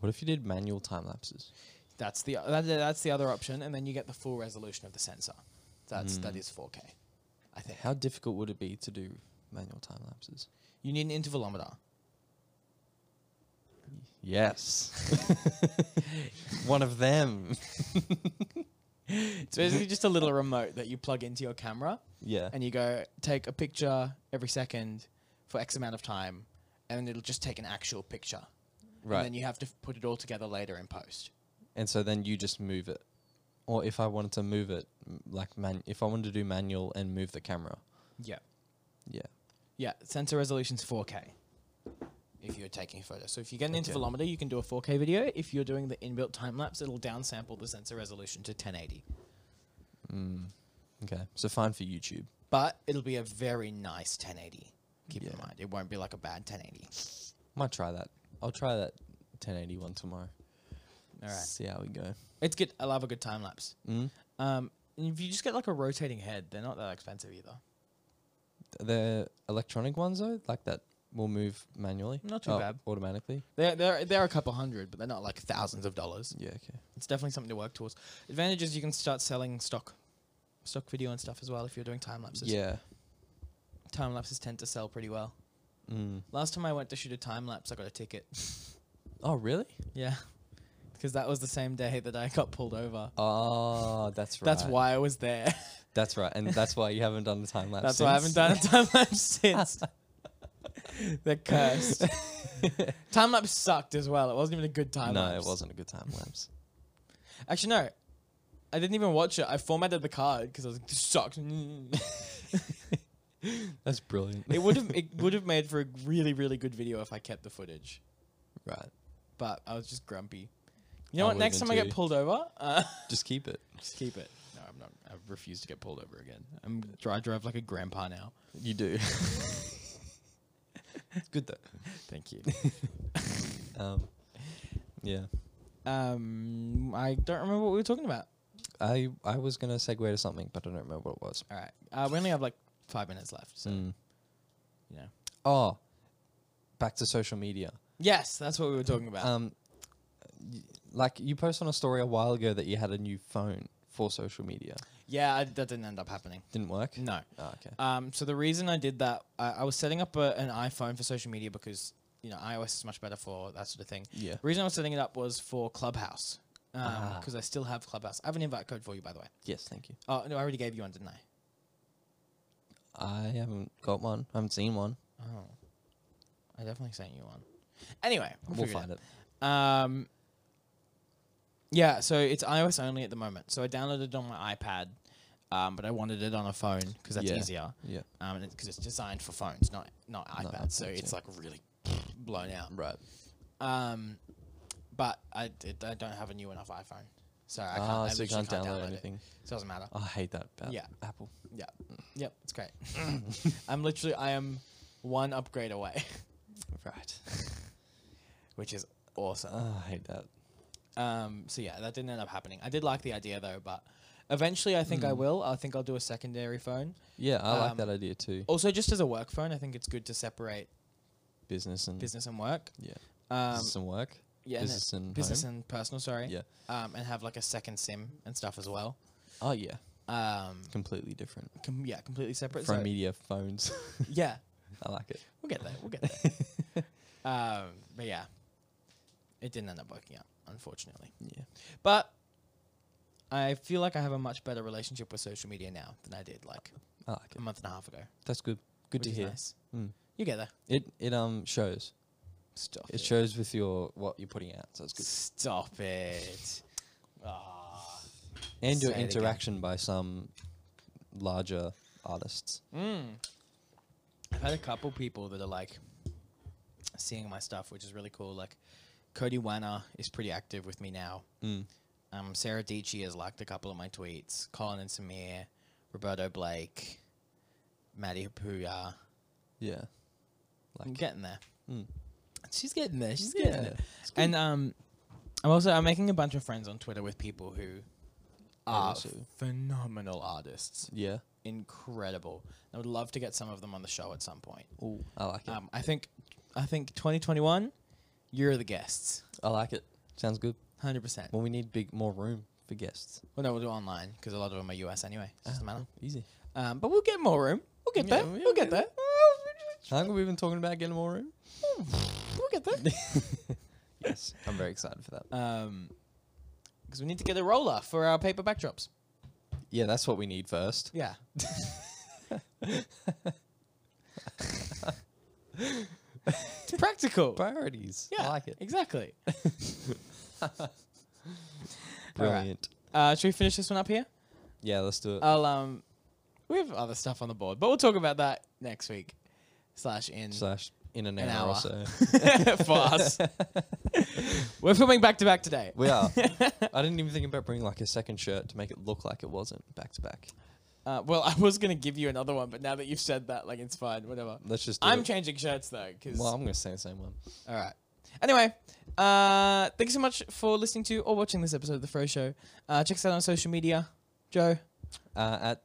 [SPEAKER 1] What if you did manual time lapses?
[SPEAKER 2] That's the that, that's the other option, and then you get the full resolution of the sensor. That's that is 4K. I think
[SPEAKER 1] How difficult would it be to do manual time lapses?
[SPEAKER 2] you need an intervalometer.
[SPEAKER 1] Yes. One of them.
[SPEAKER 2] It's basically just a little remote that you plug into your camera,
[SPEAKER 1] Yeah.
[SPEAKER 2] and you go take a picture every second for X amount of time, and then it'll just take an actual picture.
[SPEAKER 1] Right.
[SPEAKER 2] And then you have to f- put it all together later in post.
[SPEAKER 1] and so then you just move it. Or if I wanted to move it, m- like man, if I wanted to do manual and move the camera.
[SPEAKER 2] Yeah.
[SPEAKER 1] Yeah.
[SPEAKER 2] Yeah. Sensor resolution's 4K. If you're taking photos, so if you get an
[SPEAKER 1] Okay.
[SPEAKER 2] intervalometer, you can do a 4K video. If you're doing the inbuilt time lapse, it'll downsample the sensor resolution to 1080.
[SPEAKER 1] Mm. Okay. So fine for YouTube.
[SPEAKER 2] but it'll be a very nice 1080. Keep
[SPEAKER 1] Yeah.
[SPEAKER 2] in mind, it won't be like a bad 1080.
[SPEAKER 1] Might try that. I'll try that 1080 one tomorrow.
[SPEAKER 2] All right.
[SPEAKER 1] See how we go.
[SPEAKER 2] It's good. I love a good time lapse.
[SPEAKER 1] Mm?
[SPEAKER 2] Um, and if you just get like a rotating head, they're not that expensive either.
[SPEAKER 1] The electronic ones though, like that, will move manually.
[SPEAKER 2] Not too
[SPEAKER 1] Oh,
[SPEAKER 2] bad.
[SPEAKER 1] Automatically.
[SPEAKER 2] They're, they're, they're a couple hundred, but they're not like thousands of dollars.
[SPEAKER 1] Yeah. Okay.
[SPEAKER 2] It's definitely something to work towards. Advantage is you can start selling stock, stock video and stuff as well if you're doing time lapses.
[SPEAKER 1] Yeah.
[SPEAKER 2] Time lapses tend to sell pretty well.
[SPEAKER 1] Mm.
[SPEAKER 2] Last time I went to shoot a time lapse, I got a ticket.
[SPEAKER 1] Oh really?
[SPEAKER 2] Yeah. Because that was the same day that I got pulled over.
[SPEAKER 1] Oh, that's right.
[SPEAKER 2] That's why I was there.
[SPEAKER 1] That's right, and that's why you haven't done the time lapse.
[SPEAKER 2] That's why I haven't
[SPEAKER 1] since.
[SPEAKER 2] done a time lapse since. They're cursed. time lapse sucked as well. It wasn't even a good time
[SPEAKER 1] no,
[SPEAKER 2] lapse.
[SPEAKER 1] it wasn't a good time lapse.
[SPEAKER 2] Actually, no. I didn't even watch it. I formatted the card because I was like, this sucks. it
[SPEAKER 1] That's brilliant.
[SPEAKER 2] would have it would have made for a really, really good video if I kept the footage.
[SPEAKER 1] right.
[SPEAKER 2] But I was just grumpy. You know
[SPEAKER 1] I
[SPEAKER 2] what? Next
[SPEAKER 1] would've
[SPEAKER 2] time
[SPEAKER 1] been
[SPEAKER 2] I get
[SPEAKER 1] too.
[SPEAKER 2] pulled over, uh,
[SPEAKER 1] Just keep it.
[SPEAKER 2] just keep it. No, I'm not. I refuse to get pulled over again. I'm I drive like a grandpa now.
[SPEAKER 1] You do. good though.
[SPEAKER 2] Thank you.
[SPEAKER 1] Um, yeah.
[SPEAKER 2] Um, I don't remember what we were talking about.
[SPEAKER 1] I I was gonna segue to something, but I don't remember what it was.
[SPEAKER 2] All right, uh, we only have like five minutes left, so
[SPEAKER 1] Mm.
[SPEAKER 2] you know.
[SPEAKER 1] Oh, back to social media.
[SPEAKER 2] Yes, that's what we were talking about.
[SPEAKER 1] Um, y- like you posted on a story a while ago that you had a new phone for social media.
[SPEAKER 2] yeah, I, that didn't end up happening.
[SPEAKER 1] Didn't work.
[SPEAKER 2] No.
[SPEAKER 1] Oh, okay.
[SPEAKER 2] Um, so the reason I did that, I, I was setting up a, an iPhone for social media because you know iOS is much better for that sort of thing.
[SPEAKER 1] Yeah.
[SPEAKER 2] The reason I was setting it up was for Clubhouse
[SPEAKER 1] Ah.
[SPEAKER 2] because I still have Clubhouse. I have an invite code for you, by the way.
[SPEAKER 1] Yes. Thank you.
[SPEAKER 2] Oh no, I already gave you one, didn't I?
[SPEAKER 1] I haven't got one. I haven't seen one.
[SPEAKER 2] Oh, I definitely sent you one. Anyway,
[SPEAKER 1] We'll,
[SPEAKER 2] figure it out.
[SPEAKER 1] find it.
[SPEAKER 2] Um, yeah, so it's iOS only at the moment. So I downloaded it on my iPad, um, but I wanted it on a phone because that's
[SPEAKER 1] Yeah.
[SPEAKER 2] easier.
[SPEAKER 1] Yeah.
[SPEAKER 2] Um, because it's designed for phones, not not iPads. so
[SPEAKER 1] iPads,
[SPEAKER 2] it's
[SPEAKER 1] yeah.
[SPEAKER 2] like really blown out.
[SPEAKER 1] Right.
[SPEAKER 2] Um, but I, d- I don't have a new enough iPhone, so I can't.
[SPEAKER 1] Ah,
[SPEAKER 2] I
[SPEAKER 1] so you
[SPEAKER 2] literally
[SPEAKER 1] can't download, anything.
[SPEAKER 2] It. So it doesn't matter.
[SPEAKER 1] I hate that about
[SPEAKER 2] Yeah.
[SPEAKER 1] Apple.
[SPEAKER 2] Yeah, yep, it's great. I'm literally I am one upgrade away,
[SPEAKER 1] Right.
[SPEAKER 2] which is awesome.
[SPEAKER 1] Oh, I hate that.
[SPEAKER 2] Um, so yeah, that didn't end up happening. I did like the idea though, but eventually I think
[SPEAKER 1] Hmm.
[SPEAKER 2] I will. I think I'll do a secondary phone.
[SPEAKER 1] Yeah, I like
[SPEAKER 2] Um,
[SPEAKER 1] that idea too.
[SPEAKER 2] Also, just as a work phone, I think it's good to separate
[SPEAKER 1] Business and
[SPEAKER 2] business and work.
[SPEAKER 1] Hmm. yeah,
[SPEAKER 2] Um,
[SPEAKER 1] business and work.
[SPEAKER 2] yeah, and
[SPEAKER 1] business and
[SPEAKER 2] it- business
[SPEAKER 1] home.
[SPEAKER 2] and personal. Sorry.
[SPEAKER 1] Yeah.
[SPEAKER 2] Um, and have like a second sim and stuff as well.
[SPEAKER 1] Oh yeah,
[SPEAKER 2] Um,
[SPEAKER 1] completely different
[SPEAKER 2] com- yeah, completely separate.
[SPEAKER 1] from
[SPEAKER 2] so,
[SPEAKER 1] media phones.
[SPEAKER 2] Yeah,
[SPEAKER 1] I like it.
[SPEAKER 2] we'll get there. We'll get there. um, but yeah, it didn't end up working out, unfortunately.
[SPEAKER 1] Yeah.
[SPEAKER 2] But I feel like I have a much better relationship with social media now than I did like
[SPEAKER 1] I like
[SPEAKER 2] a
[SPEAKER 1] it.
[SPEAKER 2] month and a half ago.
[SPEAKER 1] That's good. Good to
[SPEAKER 2] which is
[SPEAKER 1] hear.
[SPEAKER 2] nice.
[SPEAKER 1] Mm.
[SPEAKER 2] You get there.
[SPEAKER 1] It it um shows.
[SPEAKER 2] Stop
[SPEAKER 1] It shows with your what you're putting out, so it's good.
[SPEAKER 2] Stop it. Ah.
[SPEAKER 1] And your
[SPEAKER 2] Say it again.
[SPEAKER 1] interaction by some larger artists.
[SPEAKER 2] I've had a couple people that are like seeing my stuff, which is really cool. Like Cody Wanner is pretty active with me now.
[SPEAKER 1] Mm.
[SPEAKER 2] Um, Sarah Dici has liked a couple of my tweets. Colin and Samir, Roberto Blake, Maddie Hapuya.
[SPEAKER 1] Yeah.
[SPEAKER 2] I'm
[SPEAKER 1] Like
[SPEAKER 2] getting there.
[SPEAKER 1] Mm.
[SPEAKER 2] She's getting there. She's
[SPEAKER 1] yeah.
[SPEAKER 2] getting there. And um, I'm also I'm making a bunch of friends on Twitter with people who are
[SPEAKER 1] also-
[SPEAKER 2] phenomenal artists,
[SPEAKER 1] yeah.
[SPEAKER 2] incredible. I would love to get some of them on the show at some point.
[SPEAKER 1] Ooh, I like it.
[SPEAKER 2] Um, I think I think 2021, you're the guests,
[SPEAKER 1] I like it. Sounds good.
[SPEAKER 2] hundred percent.
[SPEAKER 1] Well, we need big more room for guests. Ah,
[SPEAKER 2] Well, no, we'll do it online because a lot of them are US anyway. It doesn't matter.
[SPEAKER 1] Easy.
[SPEAKER 2] Um, but we'll get more room. We'll get
[SPEAKER 1] Yeah,
[SPEAKER 2] there.
[SPEAKER 1] we-
[SPEAKER 2] We'll get there.
[SPEAKER 1] How long have we been talking about getting more room?
[SPEAKER 2] We'll get there.
[SPEAKER 1] Yes, I'm very excited for that.
[SPEAKER 2] Um, because we need to get a roller for our paper backdrops.
[SPEAKER 1] Yeah, that's what we need first.
[SPEAKER 2] Yeah. it's practical.
[SPEAKER 1] Priorities.
[SPEAKER 2] Yeah,
[SPEAKER 1] I like it.
[SPEAKER 2] Exactly.
[SPEAKER 1] Brilliant.
[SPEAKER 2] Uh, should we finish this one up here?
[SPEAKER 1] Yeah, let's do it.
[SPEAKER 2] I'll um, we have other stuff on the board, but we'll talk about that next week. Slash in
[SPEAKER 1] Slash in an,
[SPEAKER 2] an
[SPEAKER 1] hour, or
[SPEAKER 2] hour.
[SPEAKER 1] so.
[SPEAKER 2] for us. We're filming back to back today.
[SPEAKER 1] We are. I didn't even think about bringing like a second shirt to make it look like it wasn't back to back.
[SPEAKER 2] Uh, well, I was gonna give you another one, but now that you've said that, like it's fine. Whatever.
[SPEAKER 1] Let's just. Do
[SPEAKER 2] I'm
[SPEAKER 1] it.
[SPEAKER 2] changing shirts though, because
[SPEAKER 1] Well, I'm gonna say the same one.
[SPEAKER 2] all right. Anyway, uh, thank you so much for listening to or watching this episode of The Fro Show. Uh, check us out on social media. Joe,
[SPEAKER 1] Uh, at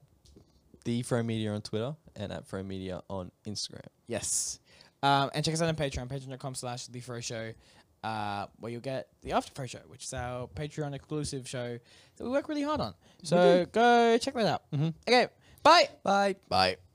[SPEAKER 1] the Fro Media on Twitter and at Fro Media on Instagram.
[SPEAKER 2] yes. Um, and check us out on Patreon, patreon.com slash The Fro Show, uh, where you'll get The After Fro Show, which is our Patreon exclusive show that we work really hard on. So go check that out.
[SPEAKER 1] Mhm.
[SPEAKER 2] Okay, bye.
[SPEAKER 1] Bye.
[SPEAKER 2] Bye.